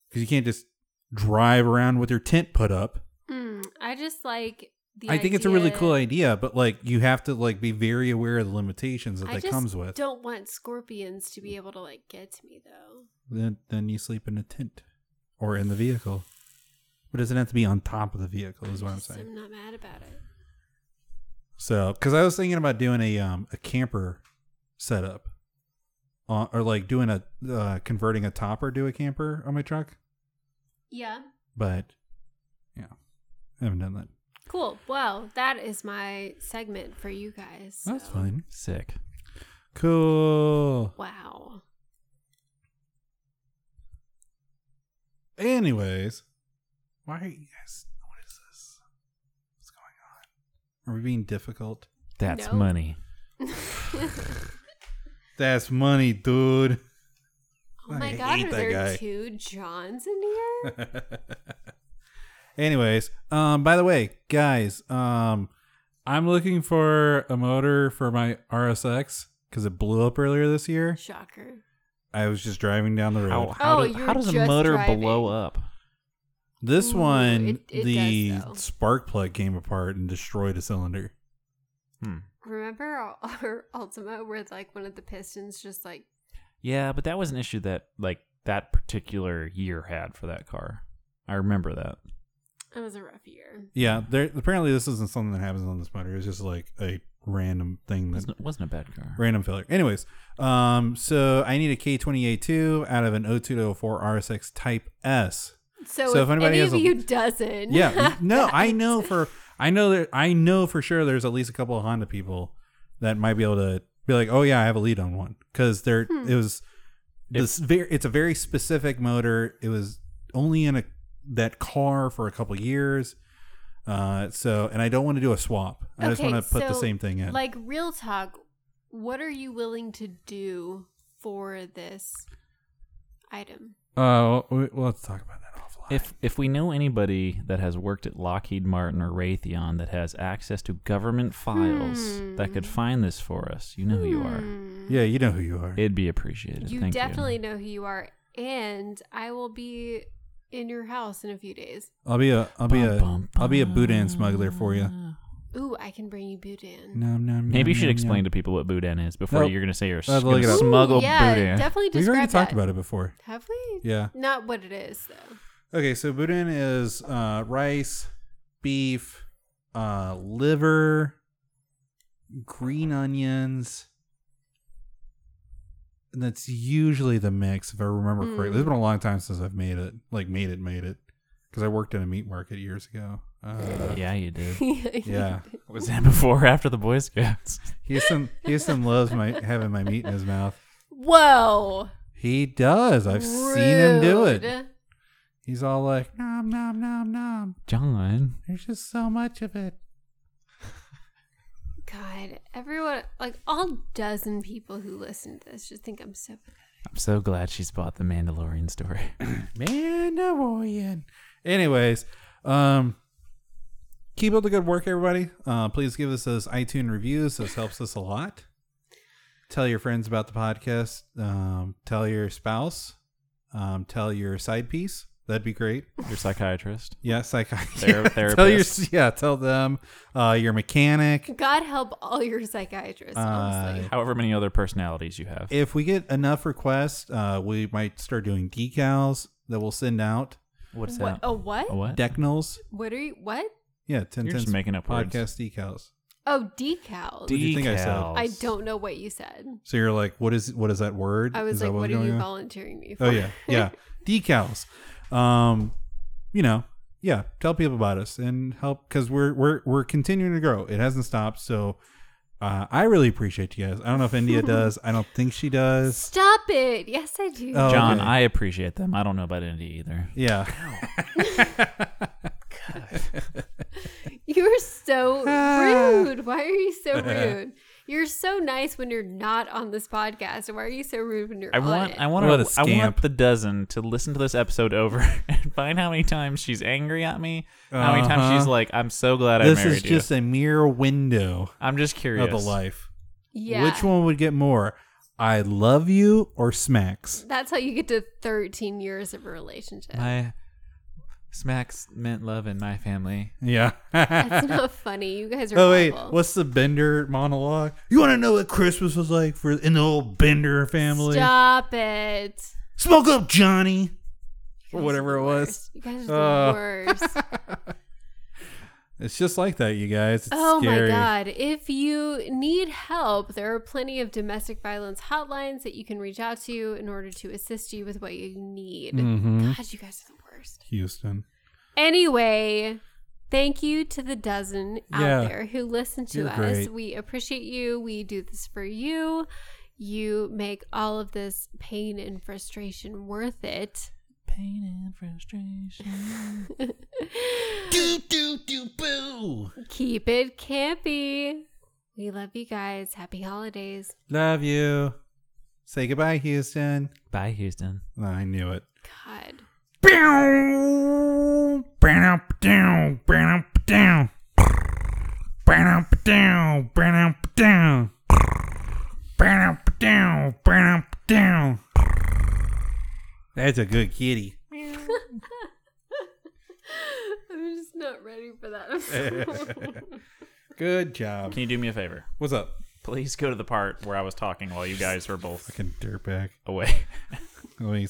Because you can't just drive around with your tent put up. Mm, I just like the I think it's a really idea- cool idea, but like you have to like be very aware of the limitations that I that just comes with. don't want scorpions to be able to like get to me though. Then then you sleep in a tent or in the vehicle. But it doesn't have to be on top of the vehicle, is what I'm Just- saying. I'm not mad about it. So, because I was thinking about doing a um a camper setup, uh, or like doing a uh, converting a topper to a camper on my truck, Yeah. but yeah, I haven't done that. Cool. Well, that is my segment for you guys. That's so- fine. Sick. Cool. Wow. Anyways, why are you guys? What is this? What's going on? Are we being difficult? That's No. money. That's money, dude. Oh my I god, hate are that there guy. two Johns in here? Anyways, um, by the way, guys, um, I'm looking for a motor for my RSX because it blew up earlier this year. Shocker. I was just driving down the road. How, how, Oh, do- you how were does a just motor driving. blow up? this Ooh, one, it- it the does, though. spark plug came apart and destroyed a cylinder. Hmm. Remember our, our Ultima where like one of the pistons just like Yeah, but that was an issue that like that particular year had for that car. I remember that. it was a rough year. Yeah, there. Apparently, this isn't something that happens on this motor. It's just like a random thing It that wasn't, wasn't a bad car. random failure. Anyways, um, so I need a K20A2 out of an 0204 RSX Type S. So, So if, if anybody any has a- of you doesn't, Yeah, no, I know for I know that I know for sure there's at least a couple of Honda people that might be able to be like, oh yeah, I have a lead on one because there Hmm. it was this very it's a very specific motor. It was only in a that car for a couple of years. Uh, so and I don't want to do a swap. I just Okay, want to put the so, same thing in. Like real talk, what are you willing to do for this item? uh, well, let's talk about that offline. If if we know anybody that has worked at Lockheed Martin or Raytheon that has access to government files Hmm. that could find this for us, you know who you are. Hmm. yeah, you know who you are. It'd be appreciated. You Thank definitely know who you are, and I will be in your house in a few days. I'll be a I'll be Bum, a bum, will be a bum. Boudin smuggler for you. Ooh, I can bring you Boudin. No, no. Maybe you should explain to people what boudin is before Nope. you're going to say you're I'll look going it to up. smuggle Ooh, yeah, boudin. definitely We've describe already that. talked about it before. Have we? Yeah. Not what it is though. Okay, so boudin is uh, rice, beef, uh, liver, green onions. And that's usually the mix, if I remember correctly. Mm. Hmm. It's been a long time since I've made it, like made it, made it, because I worked in a meat market years ago. Uh, yeah, you did. yeah, Was that before or after the Boy Scouts? Houston Houston loves my having my meat in his mouth. Whoa. He does. I've seen him do it. Rude. He's all like nom nom nom nom. John. There's just so much of it. God, everyone, like all dozen people who listen to this, just think I'm so. I'm so glad she's bought the Mandalorian story. Mandalorian. Anyways, um, keep up the good work, everybody. Uh, please give us those iTunes reviews. This helps us a lot. Tell your friends about the podcast. Um, tell your spouse. Um, tell your side piece. That'd be great. Your psychiatrist. Yeah, psychiatrist. Thera- tell your therapist. yeah. Tell them. Uh, your mechanic. God help all your Uh, psychiatrists. honestly, However many other personalities you have. If we get enough requests, uh, we might start doing decals that we'll send out. What's what? that? A what? A what? Decnals. What are you? What? Yeah, ten You're just Tens making up words. podcast decals. Oh, decals. you think I said? Decals. I don't know what you said. So you're like, what is what is that word? I was Is that like, what, we're are you doing? volunteering me for? Oh yeah, yeah, decals. Um, you know, yeah. Tell people about us and help because we're we're we're continuing to grow. It hasn't stopped. So uh, I really appreciate you guys. I don't know if India does. I don't think she does. Stop it. Yes, I do. Oh, John, okay. I appreciate them. I don't know about Indy either. Yeah. You are so Ah. rude. Why are you so rude? You're so nice when you're not on this podcast. Why are you so rude when you're I on want, it? I want, What a I scamp. want the dozen to listen to this episode over and find how many times she's angry at me. How many times Uh-huh. she's like, "I'm so glad I this married is just you." a mere window I'm just curious. of the life. yeah. Which one would get more? I love you or smacks. That's how you get to 13 years of a relationship. My smacks meant love in my family. Yeah. That's not funny. You guys are Oh wait, horrible. what's the Bender monologue? You want to know what Christmas was like for in the old Bender family? Stop it. Smoke up, Johnny, You or guys whatever are it the was. worst. You guys are Uh. the worst. It's just like that, you guys. It's Oh scary. my God. If you need help, there are plenty of domestic violence hotlines that you can reach out to in order to assist you with what you need. Mhm. God, you guys are the worst. Houston. Anyway, thank you to the dozen Yeah. out there who listen to You're us. great. We appreciate you. We do this for you. You make all of this pain and frustration worth it. Pain and frustration. Do do do boo. Keep it campy. We love you guys. Happy holidays. Love you. Say goodbye, Houston. Bye, Houston. I knew it. God. Pew! Ba-dum, ba-dum, ba-dum, ba-dum. Ba-dum, ba-dum, ba-dum, ba-dum. Ba-dum, ba-dum, ba-dum, ba-dum. That's a good kitty. I'm just not ready for that. Good job. Can you do me a favor? What's up? Please go to the part where I was talking while you guys were both Fucking dirtbag. away. Let me